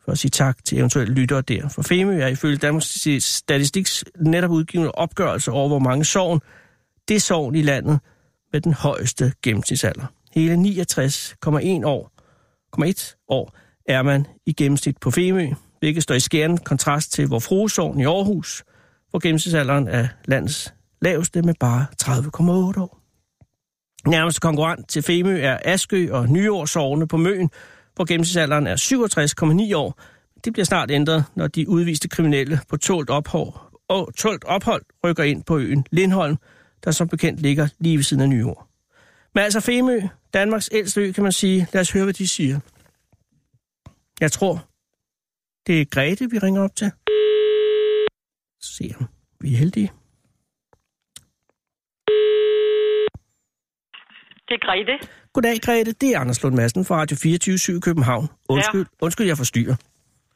for at sige tak til eventuelle lyttere der. For Femø er ifølge Danmarks Statistiks netop udgivende opgørelse over, hvor mange sovn, det er sovn i landet med den højeste gennemsnitsalder. Hele 69,1 år 1,1 år er man i gennemsnit på Femø, hvilket står i skærende kontrast til vor fruesovn i Aarhus, hvor gennemsnitsalderen er landets laveste med bare 30,8 år. Nærmeste konkurrent til Femø er Askø og Nyårsovne på Møn, hvor gennemsnitsalderen er 67,9 år. Det bliver snart ændret, når de udviste kriminelle på tålt ophold, og tålt ophold rykker ind på øen Lindholm, der som bekendt ligger lige ved siden af Nyår. Men altså Femø, Danmarks ældste ø, kan man sige. Lad os høre, hvad de siger. Jeg tror, det er Grete, vi ringer op til. Se om vi er heldige. Det er Grete. Goddag, Grete. Det er Anders Lund Madsen fra Radio 24 i København. Undskyld, ja. undskyld, jeg forstyrrer.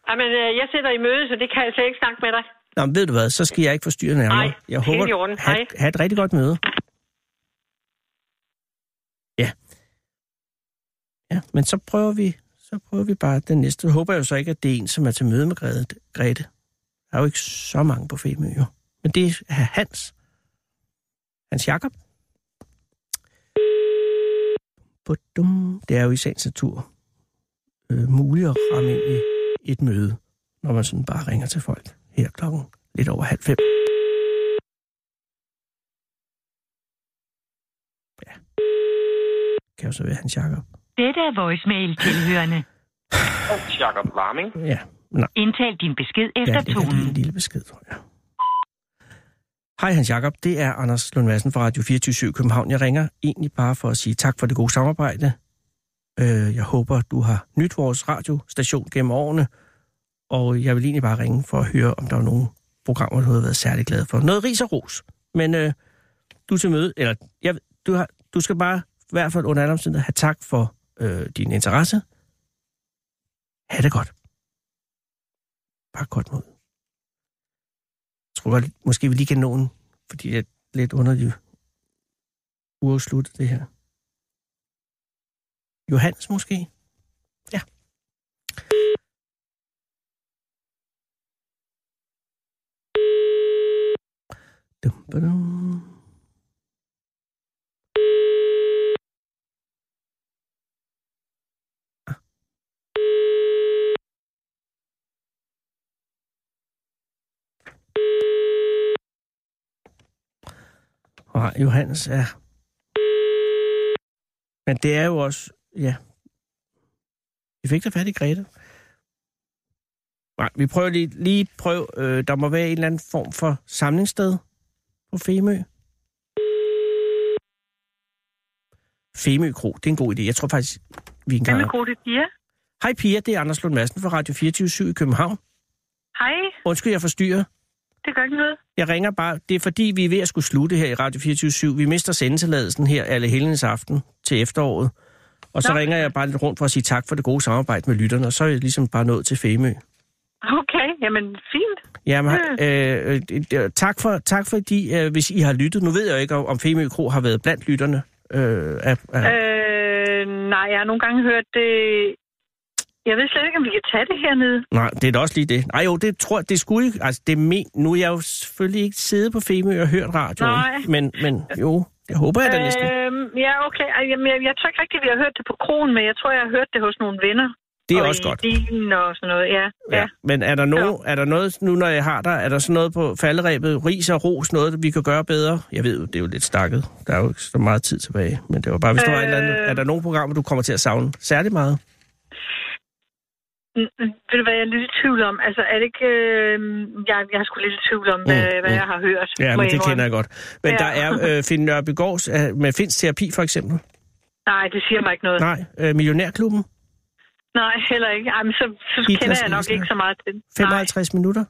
Jamen, øh, jeg sidder i møde, så det kan jeg slet ikke snakke med dig. Nå, men ved du hvad, så skal jeg ikke forstyrre nærmere. Nej, jeg helt i orden. Ha, Hej. ha et rigtig godt møde. Ja. Ja, men så prøver vi, så prøver vi bare den næste. Jeg håber jo så ikke, at det er en, som er til møde med Grete. Grete. Der er jo ikke så mange på Femø, jo. Men det er Hans. Hans Jakob. Badum. Det er jo i sagens natur øh, muligt at ramme ind i et møde, når man sådan bare ringer til folk her klokken lidt over halv fem. Ja. Kan jo så være Hans Jakob. Dette er voicemail tilhørende. Jakob Warming. Ja, nej, Indtal din besked ja, efter det er lige tonen. en lille besked, tror jeg. Hej Hans Jakob, det er Anders Lund Madsen fra Radio 24 København. Jeg ringer egentlig bare for at sige tak for det gode samarbejde. Øh, Jeg håber, du har nyt vores radiostation gennem årene, og jeg vil egentlig bare ringe for at høre, om der er nogle programmer, du har været særlig glad for. Noget ris og ros, men øh, du er til møde, eller jeg, du, har, du skal bare i hvert fald under alle omstændigheder have tak for øh, din interesse. Ha' det godt. Bare godt mod. Jeg tror godt, måske vi lige kan nå den, fordi det er lidt underligt uafsluttet, det her. Johannes måske? Ja. Dum, badum. Og Johannes er... Men det er jo også... Ja. Vi fik da fat i Grete. Nej, vi prøver lige... lige prøv, øh, der må være en eller anden form for samlingssted på Femø. Femø Kro, det er en god idé. Jeg tror faktisk, vi engang... Hvem er Grote Pia? Hej Pia, det er Anders Lund Madsen fra Radio 24 i København. Hej, Undskyld, jeg forstyrrer. det gør ikke noget. Jeg ringer bare. Det er fordi, vi er ved at skulle slutte her i Radio 24 Vi mister sendetilladelsen her alle helgens aften til efteråret. Og så Nå. Nå. ringer jeg bare lidt rundt for at sige tak for det gode samarbejde med lytterne, og så er jeg ligesom bare nået til Femø. Okay, jamen fint. Jamen, øh, øh, øh, tak, for, tak fordi, øh, hvis I har lyttet. Nu ved jeg jo ikke, om Femø Kro har været blandt lytterne. Øh, af, af, Øh, nej, jeg har nogle gange hørt det... Jeg ved slet ikke, om vi kan tage det hernede. Nej, det er da også lige det. Nej jo, det tror jeg, det skulle ikke. Altså, det er men, nu er jeg jo selvfølgelig ikke siddet på Femø og hørt radioen. Nej. Men, men jo, det håber jeg da næsten. Øh, ja, okay. Ej, Jamen, jeg, jeg tror ikke rigtigt, vi har hørt det på kronen, men jeg tror, jeg har hørt det hos nogle venner. Det er og også i godt. bilen og sådan noget, ja. Ja. ja. Men er der, no, er der noget, nu når jeg har dig, er der sådan noget på falderæbet, ris og ros, noget, vi kan gøre bedre? Jeg ved jo, det er jo lidt stakket. Der er jo ikke så meget tid tilbage. Men det var bare, hvis der var et eller andet. Øh. Er der nogle programmer, du kommer til at savne særlig meget? Mm, mm, Ved du hvad, jeg er lidt i tvivl om? Altså, er det ikke... Øh, jeg, jeg er sgu lidt i tvivl om, hvad, Mm, hvad mm. jeg har hørt. Ja, må men det indrømme. kender jeg godt. Men Ja. der er øh, Finn Nørbygårds øh, med Finns Terapi for eksempel. Nej, det siger mig ikke noget. Nej, Nej, øh, Millionærklubben. Nej heller ikke. Ej, men så, så Hitlers kender jeg nok Æseløer. ikke så meget til det. Nej, 55 Nej. minutter.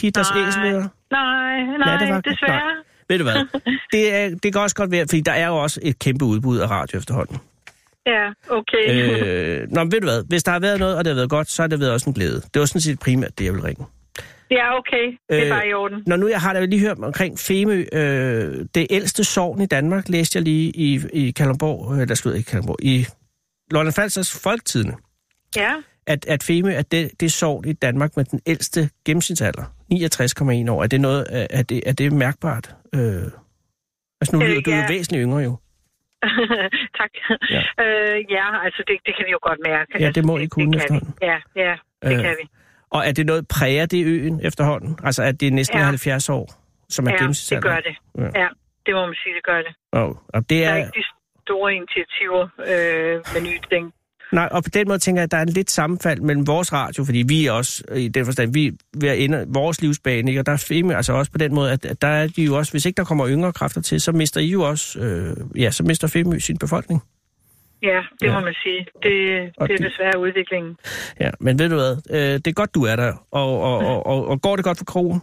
Hitlers Nej. æseløer. nej, det var nej godt. desværre. Ved du hvad? *laughs* Det, er, det kan også godt være, fordi der er jo også et kæmpe udbud af radio efterhånden. Ja, okay. Øh, Øh, nå, men ved du hvad? Hvis der har været noget, og det har været godt, så har det været også en glæde. Det var sådan set primært det, jeg ville ringe. *laughs* ja, okay. Det er øh, bare i orden. Når nu jeg har da lige hørt omkring Femø, øh, det ældste sovn i Danmark, læste jeg lige i, i Kalundborg, øh, der stod ikke Kalundborg, i Lolland Falsers Folketidene, Ja, *laughs* at, at Femø er det, det sovn i Danmark med den ældste gennemsnitsalder, 69,1 år. Er det noget, er er det, er det mærkbart? Øh, altså nu Øh, lyder du jo ja. væsentligt yngre jo. tak. Ja. Ja, øh, ja altså det, det kan vi jo godt mærke. Ja, Altså, det må I kunne det kan vi. efterhånden. Ja, ja, det Øh, kan vi. Og er det noget, præger det øen efterhånden? Altså at det er næsten ja. Ja. 70 år, som er Ja, det gennemsnitsalderen? gør det. Ja. Ja, det må man sige, det gør det. Og, og det Der er er, ikke de store initiativer øh, med nye ting. nej, og på den måde tænker jeg, at der er en lidt sammenfald mellem vores radio, fordi vi er også, øh, i den forstand, vi er ved at ende vores livsbane, ikke? og der er Femi altså også på den måde, at, at der er de jo også, hvis ikke der kommer yngre kræfter til, så mister I jo også, øh, ja, så mister Femø sin befolkning. Ja, det Ja. ja. må man sige. Det, Og det er det- desværre udviklingen. Ja, men ved du hvad, øh, det er godt, du er der, og, og, og, og, og går det godt for krogen?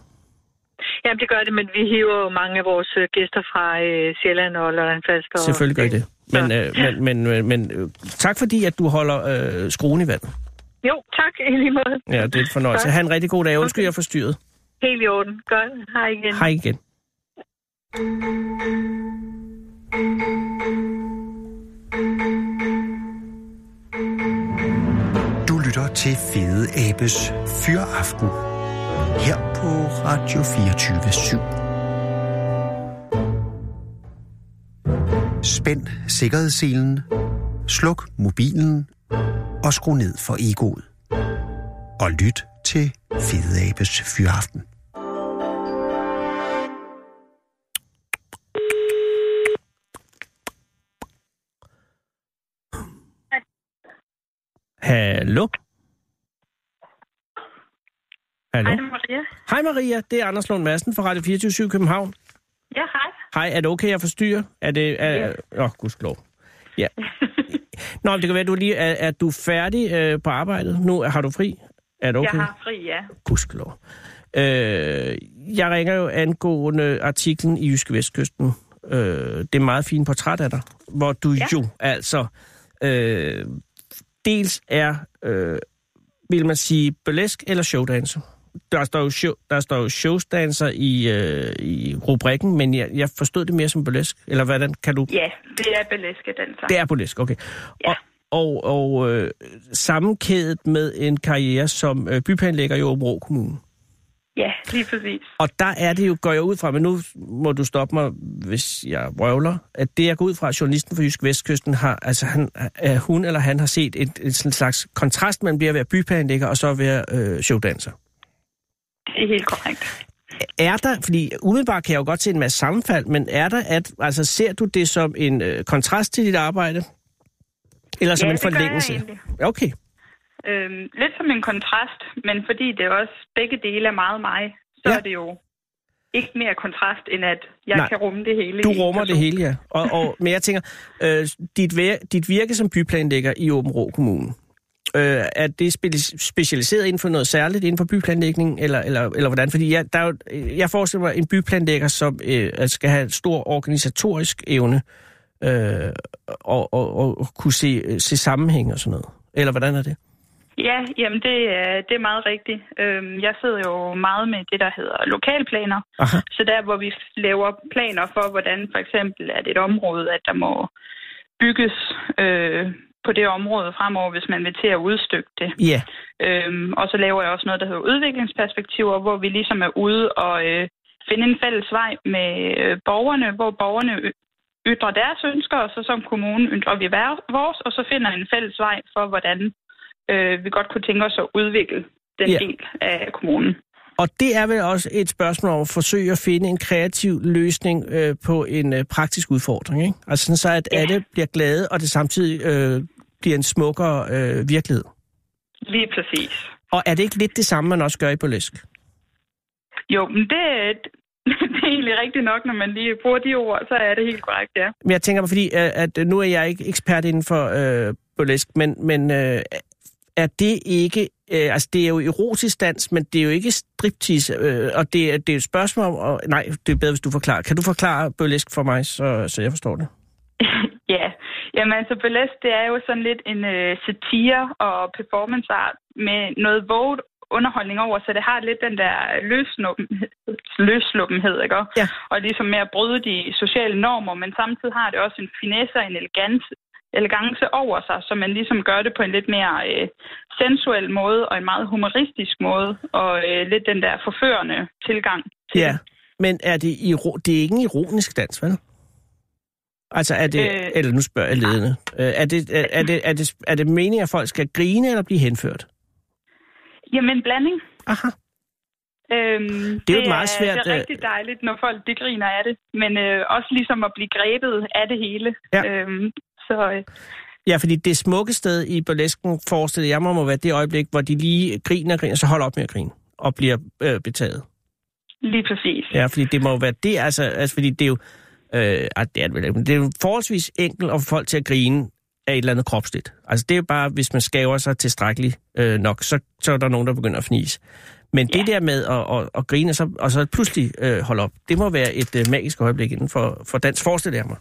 Jamen, det gør det, men vi hiver jo mange af vores øh, gæster fra øh, Sjælland og Lolland Falster. og- Selvfølgelig gør I det. Men, øh, men, men, men, men øh, tak fordi, at du holder øh, skruen i vand. Jo, tak i lige måde. Ja, det er en fornøjelse. Tak. Ha' en rigtig god dag. Undskyld, Okay. jeg er forstyrret. Helt i orden. Godt. Hej igen. Hej igen. Du lytter til Fede Abes Fyraften her på Radio 24 Spænd sikkerhedsselen, sluk mobilen og skru ned for egoet. Og lyt til Fede Abes Fyraften. Hallo? Hallo? Hej, det er Maria. Hej Maria, det er Anders Lund Madsen fra Radio 24 København. Ja, hej. Hej, er det okay, jeg forstyrrer? Er det... Er, Åh, oh, gudskelov. *laughs* Ja. Nå, men det kan være, du lige... Er, er du færdig øh, på arbejdet? Nu har du fri? Er det okay? Jeg har fri, ja. gudskelov. Øh, jeg ringer jo angående artiklen i Jyske Vestkysten. Øh, det er meget fint portræt af dig, hvor du ja. jo altså øh, dels er, øh, vil man sige, burlesk eller showdancer. Der står jo, show, der står jo showdancer i, øh, i rubrikken, men jeg, jeg forstod det mere som burlesk. Eller hvordan kan du... Ja, det er belæskedanser. Det er burlesk, okay. Og, og, og øh, sammenkædet med en karriere som øh, byplanlægger i Åbro Kommune. Ja, lige præcis. Og der er det jo, går jeg ud fra, men nu må du stoppe mig, hvis jeg røvler, at det jeg går ud fra, at journalisten fra Jysk Vestkysten har, altså han, at hun eller han har set et, et sådan slags kontrast mellem det at være byplanlægger og så at være øh, showdanser. Det er helt korrekt. Er der, fordi umiddelbart kan jeg jo godt se en masse sammenfald, men er der, at, altså ser du det som en øh, kontrast til dit arbejde? Eller som Ja, en det gør jeg forlængelse? egentlig. okay. Øhm, lidt som en kontrast, men fordi det er også begge dele er meget mig, så Ja. ja. er det jo ikke mere kontrast, end at Nej. jeg Nej. kan rumme det hele. Du i en rummer det person. hele, ja. Og, og, men jeg tænker, øh, dit, vir- dit virke som byplanlægger i Åben Rå Kommune, øh, er det spe- specialiseret inden for noget særligt inden for byplanlægning, eller, eller, eller hvordan? Fordi jeg, der er jo, øh, jeg forestiller mig en byplanlægger, som øh, altså skal have en stor organisatorisk evne øh, og, og, og kunne se, øh, se sammenhæng og sådan noget. Eller hvordan er det? Ja, jamen det er, det er meget rigtigt. Øhm, jeg sidder jo meget med det, der hedder lokalplaner. Aha. Så der, hvor vi laver planer for, hvordan for eksempel er det et område, at der må bygges øh, på det område fremover, hvis man vil til at udstykke det. Ja, Øhm, og så laver jeg også noget, der hedder udviklingsperspektiver, hvor vi ligesom er ude og øh, finde en fælles vej med øh, borgerne, hvor borgerne ø- ytrer deres ønsker, og så som kommune ytrer vi hver- vores, og så finder en fælles vej for, hvordan øh, vi godt kunne tænke os at udvikle den Ja. ja. del af kommunen. og det er vel også et spørgsmål om at forsøge at finde en kreativ løsning øh, på en øh, praktisk udfordring, ikke? Altså sådan så, at ja. alle bliver glade, og det samtidig øh, bliver en smukkere øh, virkelighed. Lige præcis. Og er det ikke lidt det samme, man også gør i burlesk? Jo, men det, *laughs* det er egentlig rigtigt nok, når man lige bruger de ord, så er det helt korrekt, ja. Men jeg tænker mig, fordi øh, at øh, nu er jeg ikke ekspert inden for øh, burlesk, men, men øh, er det ikke... Øh, altså, det er jo erotisk dans, men det er jo ikke striptease, øh, og det, er- det er et spørgsmål om... Og, nej, det er bedre, hvis du forklarer. Kan du forklare burlesk for mig, så, så jeg forstår det? Ja, jamen altså burlesk, det er jo sådan lidt en øh, satire og performance art med noget våget underholdning over, så det har lidt den der løsluppenhed, løsluppenhed ikke? Ja. Og ligesom med at bryde de sociale normer, men samtidig har det også en finesse og en elegance, elegance over sig, så man ligesom gør det på en lidt mere øh, sensuel måde og en meget humoristisk måde, og øh, lidt den der forførende tilgang. til Ja, det. men er det, iro- det er ikke en ironisk dans, vel? Altså er det, øh, Øh, eller nu spørger jeg ledende, øh, er, det, er, er, det, er, det, er det meningen, at folk skal grine eller blive henført? Jamen en blanding. Aha. Øhm, Det er jo et meget svært, Det er øh, rigtig dejligt, når folk de griner af det, men øh, også ligesom at blive grebet af det hele. Ja. Øhm, så øh, Ja, fordi det smukke sted i burlesken, forestiller jeg mig, må være det øjeblik, hvor de lige griner og griner, så holder op med at grine og bliver øh, betaget. lige præcis. Ja, fordi det må jo være det, altså, altså fordi det er jo, øh, ah, det er det vel ikke, men det er jo forholdsvis enkelt at få folk til at grine af et eller andet kropsligt. Altså det er jo bare, hvis man skaver sig tilstrækkeligt øh, nok, så, så er der nogen, der begynder at fnise. Men ja. det der med at, at, at grine, og så, og så pludselig øh, holde op, det må være et øh, magisk øjeblik inden for, for dansk, forestiller jeg mig.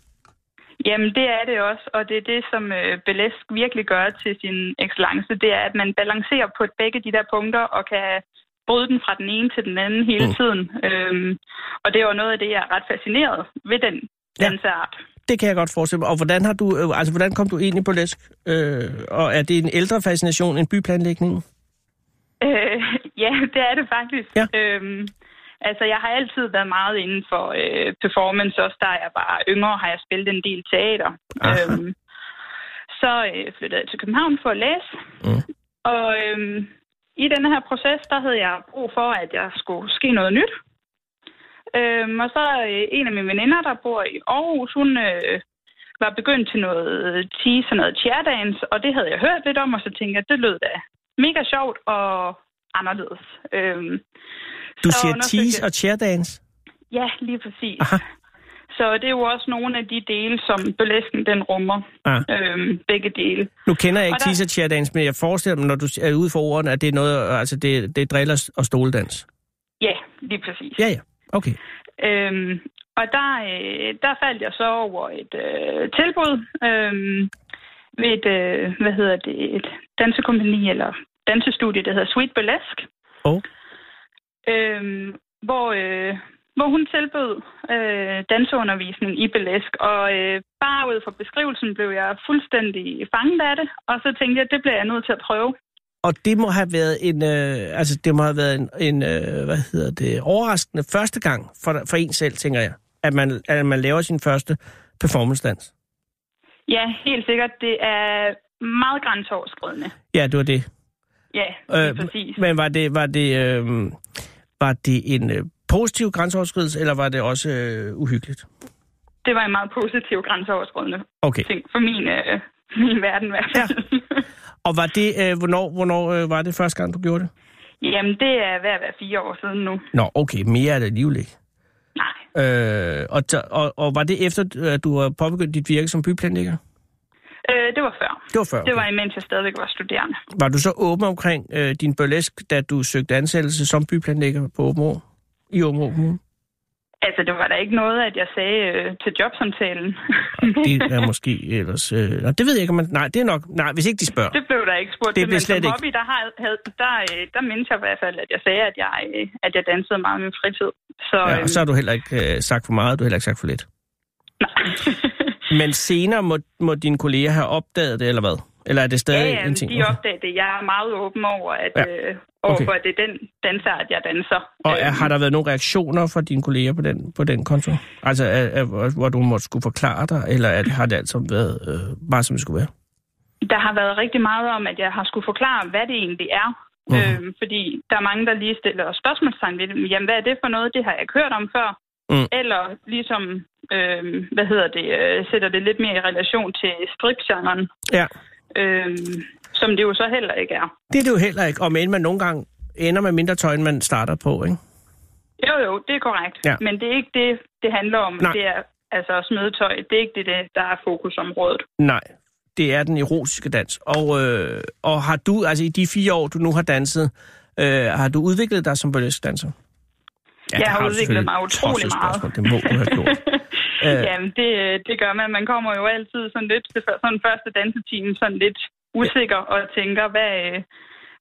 Jamen, det er det også, og det er det, som øh, Belesk virkelig gør til sin excellence, det er, at man balancerer på begge de der punkter og kan bryde den fra den ene til den anden hele Mm. mm. tiden. Øhm, og det var noget af det, jeg er ret fascineret ved den Ja. danseart. Det kan jeg godt forestille mig. Og hvordan, har du, øh, altså, hvordan kom du ind i burlesk? Øh, og er det en ældre fascination end byplanlægningen? Øh, *laughs* ja, det er det faktisk. Ja. Øhm, altså, jeg har altid været meget inden for øh, performance. Også da jeg var yngre, har jeg spillet en del teater. Aha. Øhm, så øh, flyttede jeg til København for at læse. Mm. Og øhm, i denne her proces, der havde jeg brug for, at jeg skulle ske noget nyt. Øhm, og så øh, en af mine veninder, der bor i Aarhus, hun øh, var begyndt til noget tea, sådan noget chair og det havde jeg hørt lidt om, og så tænkte jeg, det lød da mega sjovt og anderledes. Øhm, Du så siger undersøgte tease jeg- og chair Ja, lige præcis. Aha. Så det er jo også nogle af de dele, som burlesken den rummer. Ah. Øhm, begge dele. Nu kender jeg ikke Og der- teaser chair men jeg forestiller mig, når du er ude for ordene, at det er noget, altså det, det er driller og stoledans. Ja, lige præcis. Ja, ja. Okay. Øhm, og der, øh, der faldt jeg så over et øh, tilbud øhm, ved et, øh, hvad hedder det, et dansekompani eller dansestudie, der hedder Sweet Burlesque. Og? Øhm, hvor, øh, hvor hun tilbød øh, danseundervisning i burlesk, og øh, bare ud fra beskrivelsen blev jeg fuldstændig fanget af det, og så tænkte jeg, at det bliver jeg nødt til at prøve. Og det må have været en, øh, altså det må have været en, en øh, hvad hedder det, overraskende første gang for, for en selv, tænker jeg, at man, at man laver sin første performance dans. Ja, helt sikkert. Det er meget grænseoverskridende. Ja, det var det. Ja, øh, Øh, præcis. Men var det, var det, øh, var det en øh, positiv grænseoverskridelse, eller var det også øh, uhyggeligt? Det var en meget positiv grænseoverskridende Okay. ting for min, øh, *laughs* min verden i hvert fald. Ja. Og var det, øh, hvornår, hvornår øh, var det første gang, du gjorde det? *laughs* Jamen, det er ved at være fire år siden nu. Nå, okay, mere er det alligevel ikke. Nej. Øh, og, t- og, og var det efter, at du har påbegyndt dit virke som byplanlægger? Øh, det var før. Det var før. Okay. Det var imens jeg stadigvæk var studerende. Var du så åben omkring øh, din burlesk, da du søgte ansættelse som byplanlægger på Åbenrå? I Åbenrå Kommune? *laughs* Altså, det var da ikke noget, at jeg sagde øh, til jobsamtalen. Det er måske ellers... Øh, nå, det ved jeg ikke, om man... Nej, det er nok... Nej, hvis ikke de spørger. *laughs* det blev der ikke spurgt Det til, blev men slet som ikke. hobby, der, har, havde, der, øh, der mindte jeg i hvert fald, at jeg sagde, at jeg, øh, at jeg dansede meget i min fritid. Så, Ja, øh, og så har du heller ikke øh, sagt for meget, du har heller ikke sagt for lidt. *laughs* Men senere må, må dine kolleger have opdaget det, eller hvad? Eller er det ja, stadig ja, en ting? de opdagede det. Jeg er meget åben over, at, Ja. ja. øh, over Okay. okay. at det er den danser, at jeg danser. Og er, Øhm, har der været nogle reaktioner fra dine kolleger på den, på den konto? Altså, er, er, hvor- hvor du måtte skulle forklare dig, eller er, det- har det altid været øh, bare, som det skulle være? Der har været rigtig meget om, at jeg har skulle forklare, hvad det egentlig er. Mhm. Mm. Øhm, fordi der er mange, der lige stiller spørgsmålstegn ved det. Men Jamen, hvad er det for noget? Det har jeg ikke hørt om før. Mm. Mm. Eller ligesom, øhm, hvad hedder det, øh, sætter det lidt mere i relation til stripgenren, Ja. øhm, som det jo så heller ikke er. Det er det jo heller ikke, om end man nogle gange ender med mindre tøj, end man starter på, ikke? Jo, jo, det er korrekt. Ja. Ja. Men det er ikke det, det handler om. Nej. Nej. Det er altså smedetøj. Det er ikke det, det- der er fokusområdet. Nej, det er den erotiske dans. Og, øh, og har du, altså i de fire år, du nu har danset, øh, har du udviklet dig som burlesque-danser? Ja, Jeg det har du udviklet selvfølgelig. mig utrolig Tosset meget. spørgsmål, Det må du have gjort. *laughs* Øh. Øh. Jamen, det, det gør man. Man kommer jo altid sådan lidt til før- sådan første dansetime sådan lidt usikker og tænker, hvad, øh,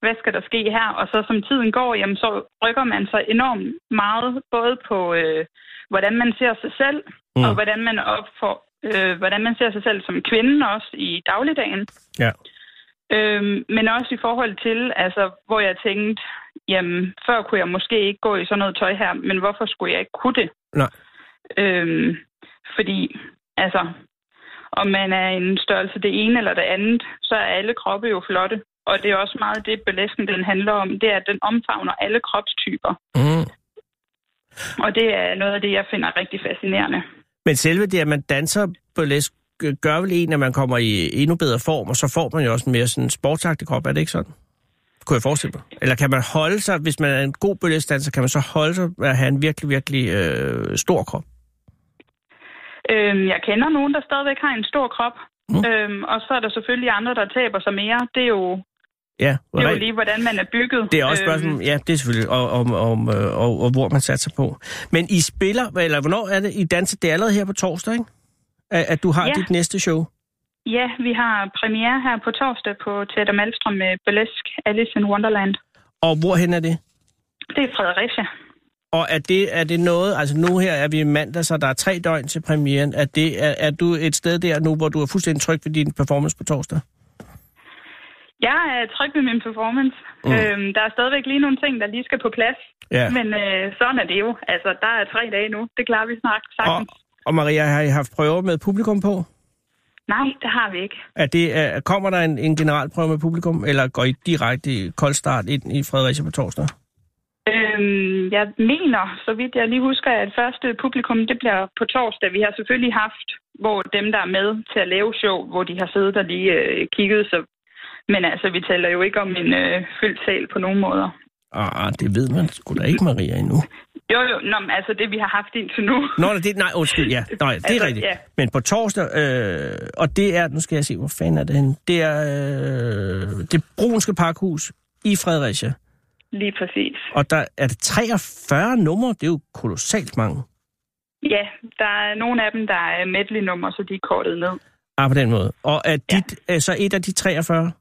hvad skal der ske her? Og så som tiden går, jamen, så rykker man sig enormt meget, både på, øh, hvordan man ser sig selv, Mm. mm. og hvordan man, opfor, øh, hvordan man ser sig selv som kvinde også i dagligdagen. Ja. Øhm, men også i forhold til, altså, hvor jeg tænkte, jamen, før kunne jeg måske ikke gå i sådan noget tøj her, men hvorfor skulle jeg ikke kunne det? Nej. Øhm, fordi, altså, om man er en størrelse det ene eller det andet, så er alle kroppe jo flotte. Og det er også meget det, burlesken den handler om, det er, at den omfavner alle kropstyper. Mm. Og det er noget af det, jeg finder rigtig fascinerende. Men selve det, at man danser burlesque, øh, gør vel en, at man kommer i endnu bedre form, og så får man jo også en mere sådan sportsagtig krop, er det ikke sådan? Kunne jeg forestille mig. Eller kan man holde sig, hvis man er en god burlesque-danser, kan man så holde sig med at have en virkelig, virkelig øh, stor krop? Øhm, jeg kender nogen, der stadigvæk har en stor krop. Mm. Mm. Øhm, og så er der selvfølgelig andre, der taber sig mere. Det er jo, Ja, det er jo rigtig. lige, Øh. hvordan man er bygget. Øhm, Det er også et spørgsmål, ja, det er selvfølgelig, og, om, om, øh, og, og hvor man satser på. Men I spiller, eller hvornår er det, I danser? Det er allerede her på torsdag, ikke? at, at du har Ja. dit næste show? Ja, vi har premiere her på torsdag på Teater Malstrøm med Burlesque Alice in Wonderland. Og hvorhen er det? Det er Fredericia. Og er det, er det noget, altså nu her er vi mandag, så der er tre døgn til premieren. Er, det, er, er du et sted der nu, hvor du er fuldstændig tryg ved din performance på torsdag? Jeg er tryg ved min performance. Mm. Øhm, der er stadigvæk lige nogle ting, der lige skal på plads. Ja. Men øh, sådan er det jo. Altså, der er tre dage nu. Det klarer vi snart Og, sagtens. Oh. og Maria, har I haft prøver med publikum på? Nej, det har vi ikke. Er det, er, kommer der en, en generalprøve med publikum, eller går I direkte i koldstart ind i Fredericia på torsdag? Øhm, jeg mener, så vidt jeg lige husker, at første publikum, det bliver på torsdag. Vi har selvfølgelig haft, hvor dem, der er med til at lave show, hvor de har siddet og lige øh, kigget. Så... Men altså, vi taler jo ikke om en øh, fyldt sal på nogen måder. Ah, det ved man sgu da ikke, Maria, endnu. Jo, jo, nå, men altså det, vi har haft indtil nu. Nå, nej, det, nej, undskyld, ja. Nej, det er Altså, rigtigt. ja. Men på torsdag, øh, og det er, nu skal jeg se, hvor fanden er det henne? Det er øh, det brunske parkhus i Fredericia. Lige præcis. Og der er det 43 numre, det er jo kolossalt mange. Ja, der er nogle af dem, der er medley-nummer, så de er kortet ned. Ah, på den måde. Og er Ja. dit, ja. så et af de 43?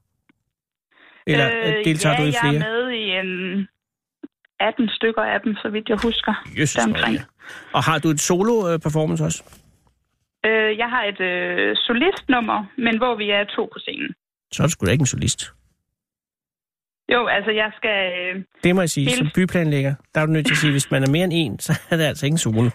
Eller øh, deltager ja, du i flere? jeg er med i en 18 stykker af dem, så vidt jeg husker. Jesus, deromkring. Maria. Og har du et solo-performance også? Øh, jeg har et øh, solistnummer, men hvor vi er to på scenen. Så er du sgu da ikke en solist. Jo, altså jeg skal... Øh, Det må jeg sige, Helt. som byplanlægger, der er du nødt til at sige, at hvis man er mere end en, *laughs* så er det altså ingen solo.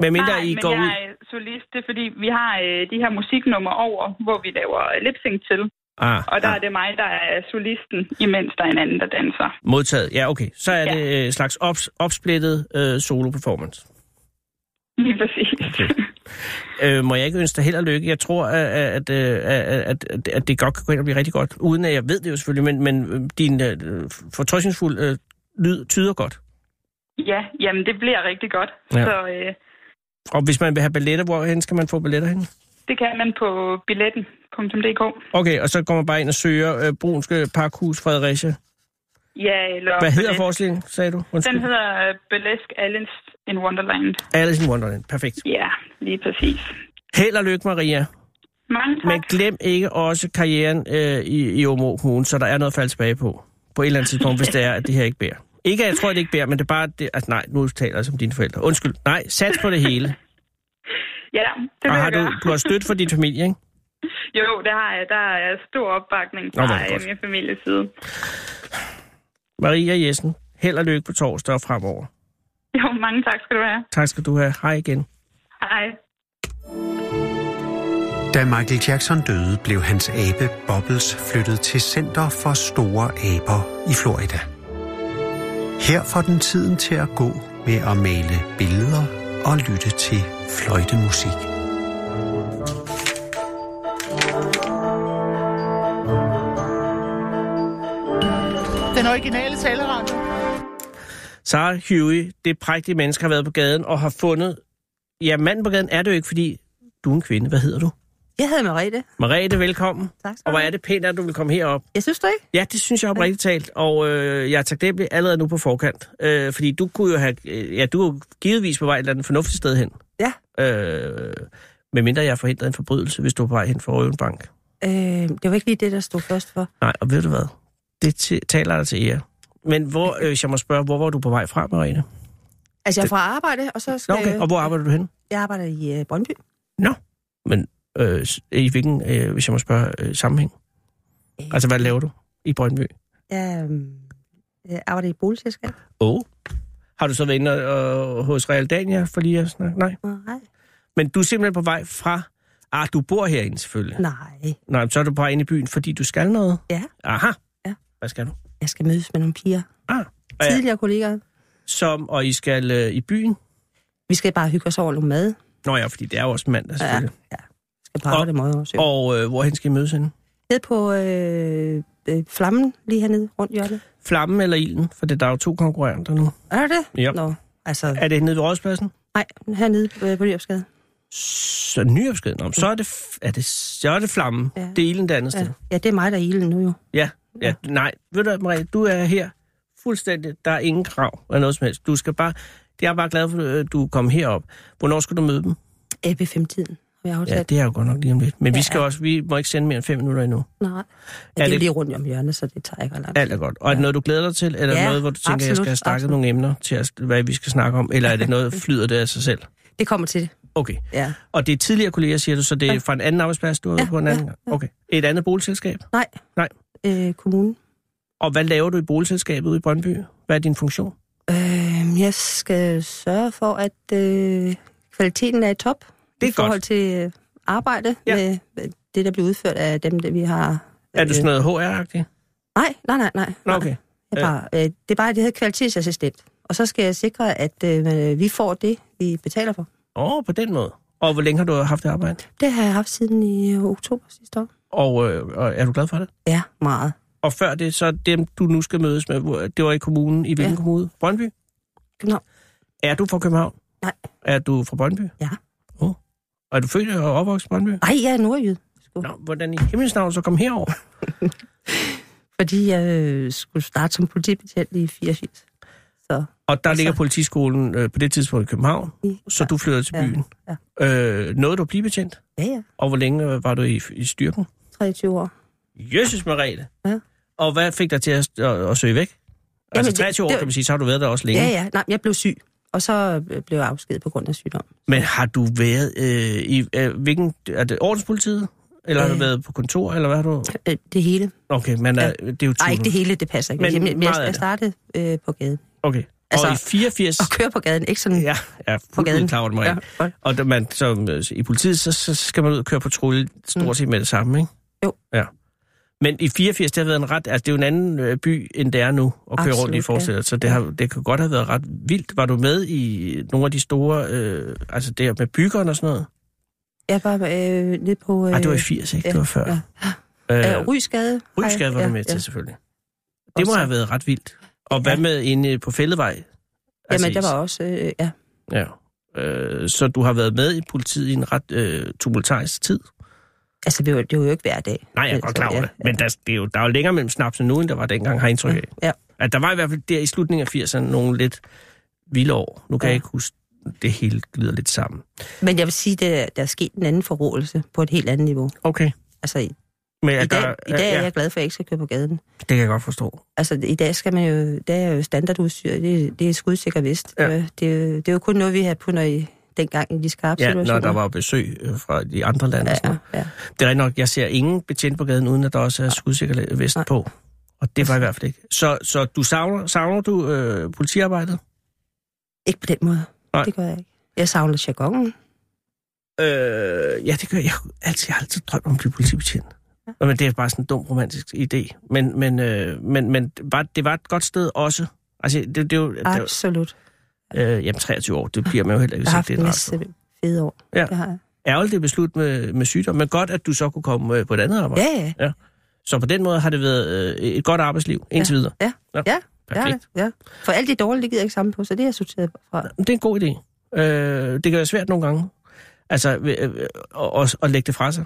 Men mindre nej, I men går jeg ud... er øh, solist, det er fordi, vi har øh, de her musiknummer over, hvor vi laver lipsing til. Ah, Og der ah. er det mig, der er solisten, imens der er en anden, der danser. *laughs* Modtaget. Ja, okay. Så er Ja. det øh, en slags ops, opsplittet øh, solo-performance. Lige præcis. Okay. Øh, må jeg ikke ønske dig held og lykke? Jeg tror, at, at, øh, at, at, at det godt kan gå ind og blive rigtig godt. Uden at jeg ved det jo selvfølgelig, men, men øh, din øh, fortrøstningsfuld øh, lyd tyder godt. ja, jamen det bliver rigtig godt. Ja. Ja. Så øh, Og hvis man vil have balletter, hvorhen skal man få balletter hen? det kan man på billetten.dk. Okay, og så går man bare ind og søger øh, Brunske Parkhus Fredericia. Ja, eller Hvad hedder Burlesque. forestillingen, sagde du? Undskyld. Den hedder øh, Burlesque Alice in Wonderland. Alice in Wonderland. Perfekt. Ja, lige præcis. Held og lykke, Maria. Mange tak. Men glem ikke også karrieren øh, i, i Åbenå Kommune, så der er noget at falde tilbage på. På et eller andet tidspunkt, hvis det er, at det her ikke bærer. Ikke, at jeg tror, at det ikke bærer, men det er bare... Det, altså, nej, nu taler jeg som dine forældre. Undskyld. Nej, sats på det *laughs* hele. Ja, det Og vil Ah, har jeg du, gøre. du har stødt for din familie, ikke? *laughs* Jo, det har jeg. Der er stor opbakning Nå, hvor er fra det godt. øh, min families side. Maria Jessen, held og lykke på torsdag og fremover. Jo, mange tak skal du have. Tak skal du have. Hej igen. Hej. Da Michael Jackson døde, blev hans abe Bobbles flyttet til Center for Store Aber i Florida. Her får den tiden til at gå med at male billeder og lytte til fløjtemusik. Den originale taleradio. Sarah Huey, det prægtige menneske, har været på gaden og har fundet... Ja, manden på gaden er det jo ikke, fordi du er en kvinde. Hvad hedder du? Jeg hedder Merete. Mariette, velkommen. Tak skal Og du hvor have. er det pænt, at du vil komme herop. Jeg synes du ikke? Ja, det synes jeg oprigtigt talt, og øh, jeg er taknemmelig allerede nu på forkant. Øh, fordi du kunne jo have, øh, ja, du er jo givetvis på vej et eller andet fornuftigt sted hen. Ja. Øh, medmindre jeg har forhindret en forbrydelse, hvis du er på vej hen for at røve en bank. Øh, det var ikke lige det, der stod først for. Nej, og ved du hvad? Det t- taler dig til ære. Men *laughs* hvor, øh, hvis jeg må spørge, hvor var du på vej fra, Marianne? Altså, jeg er fra arbejde, og så Nå, skal okay. Og hvor arbejder du hen? jeg arbejder i øh, Brøndby. Men øh, s- i hvilken, øh, hvis jeg må spørge, øh, sammenhæng? Øh. Altså, hvad laver du i Brøndby? Jeg øh, arbejder i et boligselskab. Oh. Har du så været inde øh, hos Real Dania for lige at snakke? Nej. Nej. Men du er simpelthen på vej fra... Ah, du bor herinde selvfølgelig. Nej. Nej, men så er du på vej ind i byen, fordi du skal noget? Ja. Aha. Ja. Hvad skal du? Jeg skal mødes med nogle piger. Ah. Ja. Tidligere kollegaer. Som, og I skal øh, i byen? Vi skal bare hygge os over noget mad. Nå ja, fordi det er jo også mandag selvfølgelig. Vi skal bare Og- det meget også. Og... Og øh, hvorhen skal I mødes henne? Ned på øh, øh, flammen lige hernede rundt hjørnet. Flammen eller ilden? For det, der er jo to konkurrenter nu. Er det det? Ja. Nå, altså, Er det nede ved Rådspladsen? nej, hernede øh, på Lyopsgade. Så nyopsked. Nå, men så er det, f- er det, så er det flammen. Ja. Det er ilden det andet sted. Ja. ja, det er mig, der er i ilden nu jo. Ja, ja, nej. Ved du hvad, Maria, du er her fuldstændig. Der er ingen krav eller noget som helst. øh, Du skal bare... Jeg er bare glad for, at du kom herop. Hvornår skal du møde dem? Øh, ved femtiden. vi har Ja, afsat. det er jo godt nok lige om lidt. Men ja. vi Ja. skal også, vi må ikke sende mere end fem minutter endnu. Nej. Ja, Er det er det- lige rundt om hjørnet, så det tager ikke ret lang tid. Alt er godt. Og er det noget, du glæder dig til, eller Ja, noget, hvor du tænker, jeg skal have absolut, stakket absolut. nogle emner til, at, hvad vi skal snakke om? Eller er det *laughs* noget, flyder det af sig selv? Det kommer til det, Okay. ja. Og det er tidligere kolleger, siger du, så det er fra en anden arbejdsplads, du har været på en anden gang? Okay. Et andet boligselskab? Nej. Nej. Øh, kommunen. Og hvad laver du i boligselskabet ude i Brøndby? Hvad er din funktion? Øh, jeg skal sørge for, at øh, kvaliteten er i top. Det er I forhold godt. til øh, arbejde Ja. ja. med med det, der bliver udført af dem, der vi har... øh, Er du sådan noget HR-agtig? Nej, nej, nej, nej. Nå, nej. okay. Jeg bare, øh, det er bare, at jeg hedder kvalitetsassistent. Og så skal jeg sikre, at øh, vi får det, vi betaler for. Åh, oh, på den måde. Og hvor længe har du haft det arbejde? Det har jeg haft siden i øh, oktober sidste år. Og, øh, og er du glad for det? Ja, meget. Og før det, så dem, du nu skal mødes med, hvor- det var i kommunen. I hvilken ja. Ja. kommune? Brøndby? København. Er du fra København? Nej. Er du fra Brøndby? Ja. Oh. Og er du født og opvokset i Brøndby? Nej, jeg er nordjyd. Nå, hvordan i himlens navn så kom herover? *laughs* Fordi jeg øh, skulle starte som politibetjent i 84. Så Og der Altså- ligger politiskolen øh, på det tidspunkt i København, så du flytter til Ja, byen. Øh, nåede du at blive betjent? ja, ja. Og hvor længe øh, var du i, i styrken? 23 år. Jøsses Merete. Ja. Og hvad fik dig til at, at, at søge væk? Altså Jamen, det- 23 år, det- kan man sige, så har du været der også længe. Ja, ja. Nej, men jeg blev syg. Og så øh, blev jeg afskedet på grund af sygdom. Men har du været øh, i øh, hvilken... Er det ordenspolitiet? Eller har du Øh. været på kontor, eller hvad har du... Øh, Det hele. Okay, men ja. Ja. det er jo Nej, tunet. ikke det hele, det passer ikke. Men Men, men meget jeg, af jeg det. startede øh, på gaden. Okay. Altså, Altså- og i 84... Og køre på gaden, ikke sådan... Ja, ja På gaden. fuldt klar over det, Marie. godt. Og da man, som, øh, i politiet, så, så skal man ud og køre patrulje stort set med det samme, ikke? Mm. Jo. Ja. Men i 84, det har været en ret... Altså, det er jo en anden øh, by, end det er nu, at køre rundt i Absolut, forestiller. ja. Så det, har, det kan godt have været ret vildt. Var du med i nogle af de store... Øh, altså, der med byggeren og sådan noget? Jeg var øh, lidt på... Øh, Nej, det var i 80, ikke? det var før. ja. Øh, Øh, Rysgade. har jeg- Rygskade var du med til, selvfølgelig. Det må Også- have været ret vildt. Og hvad Ja. med inde på Altså, Fældevej? Jamen, der var også... Øh, ja. Ja. Øh, så du har været med i politiet i en ret øh, tumultarisk tid? Altså, det var, det var jo ikke hver dag. Nej, jeg er Altså, godt klar over ja, det. Men der, det er jo, der er jo længere mellem snapsen nu, end der var dengang, har jeg indtryk af. Ja. At der var i hvert fald der i slutningen af 80'erne nogle lidt vilde år. Nu kan ja. Ja. jeg ikke huske, det hele glider lidt sammen. Men jeg vil sige, at der er sket en anden forrådelse på et helt andet niveau. Okay. Altså, i, Men i, jeg dag, gør, i dag er ja, jeg glad for, at jeg ikke skal køre på gaden. det kan jeg godt forstå. Altså, i dag skal man jo... Der er jo standardudstyr. Det, det er skudsikker vest. Ja. Det, det, det er jo kun noget, vi har på, når I, dengang i de skarpe Ja, når situationer. der var besøg øh, fra de andre lande. og sådan noget. Ja, ja. Det er rigtig nok, jeg ser ingen betjent på gaden, uden at der også er skudsikker vest Nej. på. Og det var i hvert fald ikke. Så, så du savner, savner du øh, politiarbejdet? Ikke på den måde. Nej. Det gør jeg ikke. Jeg savner jargonen. Øh, ja, det gør jeg. Jeg har altid, jeg har altid drømt om at blive politibetjent. Ja. Men det er bare sådan en dum romantisk idé. Men, men, øh, men, men var, det var et godt sted også. Altså, det, det, er jo- det, det Absolut. øh, jamen, 23 år, det bliver man jo heller ikke, Jeg har hvis haft ikke det en er en masse radio. fede år. Ja. Det har jeg. Ærgerligt det beslut med, med sygdom, men godt, at du så kunne komme øh, på et andet arbejde. Ja, ja. Så på den måde har det været øh, et godt arbejdsliv indtil videre. Ja. Nå, Ja. Ja, Perfekt. ja. For alt det dårlige, det gider jeg ikke samle på, så det er jeg sorteret fra. Det er en god idé. Øh, det kan være svært nogle gange. Altså, ved- øh, og, og, og lægge det fra sig.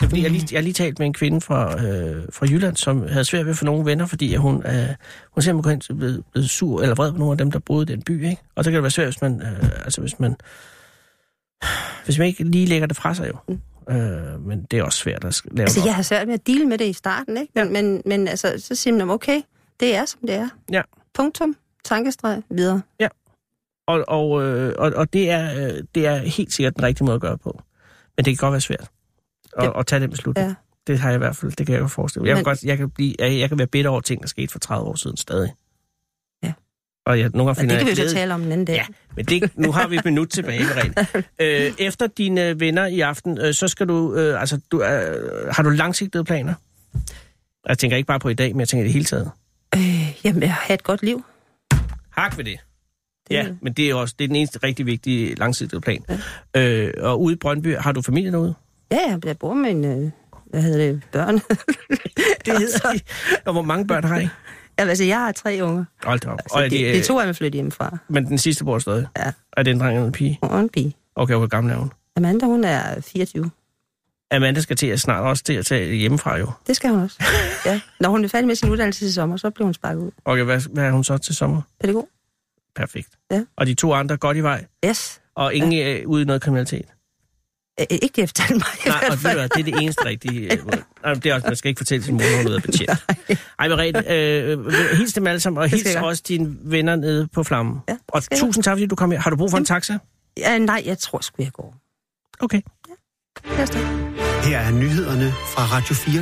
Det er, fordi jeg, har lige, jeg har lige talt med en kvinde fra, øh, fra Jylland, som havde svært ved at få nogle venner, fordi at hun, øh, hun simpelthen er blevet, blevet sur eller vred på nogle af dem, der boede i den by. Ikke? Og så kan det være svært, hvis man, øh, altså, hvis man, hvis man ikke lige lægger det fra sig. jo. Øh, men det er også svært at sk- lave Mm. Altså, det jeg om. har svært ved at deale med det i starten, ikke? Men, men, men altså, så siger man, "Nå, okay, det er, som det er. Ja. Punktum. Tankestreg. Videre. Og, og, øh, og, og det, er, øh, det er helt sikkert den rigtige måde at gøre det på. Men det kan godt være svært at, at tage den beslutning. Ja. Det har jeg i hvert fald, det kan jeg godt forestille mig. Jeg, kan Men- godt, jeg, kan blive, jeg, jeg kan være bitter over ting, der skete for 30 år siden stadig. Ja. Og jeg, nogle gange Men finder det kan jeg vi jo så glæde- tale om en anden dag. Ja, men det, nu har vi et minut tilbage, *laughs* Merete. Øh, efter dine venner i aften, øh, så skal du, øh, altså, du, øh, har du langsigtede planer? Jeg tænker ikke bare på i dag, men jeg tænker i det hele taget. Øh, jamen, jeg har et godt liv. Hak ved det. Det- Ja, men det er også det er den eneste rigtig vigtige langsigtede plan. Ja. Øh, og ude i Brøndby, har du familie derude? Ja, jeg- jeg bor med en... Øh, hvad hedder det? Børn. *laughs* Det *laughs* hedder de. Og hvor mange børn har I? jamen, altså, jeg har tre unger. Hold da op. Altså, Og er det, det, de, det, øh, er to af dem flyttet hjemmefra. men den sidste bor stadig? Ja. Mm. Er det en dreng eller en pige? Og en pige. Okay, hvor gammel er hun? Amanda, hun er 24. Amanda skal til at snart også til at tage hjemmefra jo. Det skal hun også. Ja. Når hun er færdig med sin uddannelse i sommer, så bliver hun sparket ud. Okay, hvad, hvad er hun så til sommer? Pædagog? Perfekt. Ja. Og øh, de to andre er godt i vej, Yes. og ingen ja. ude i noget kriminalitet. Øh, ikke det, jeg fortalte mig. i Nej, og hvert ved du fald. hvad, det er det eneste rigtige. øh, måde. Nej, det er også, man skal ikke fortælle sin mor, når hun er betjent. Ej, Merete, øh, hils dem alle sammen, og skal hils jeg gøre. også dine venner nede på flammen. Ja, det og skal jeg. tusind tak, fordi du kom her. Har du brug for en taxa? Ja, nej, jeg tror sgu, jeg går. Okay. Lad os da. Her er nyhederne fra Radio 4.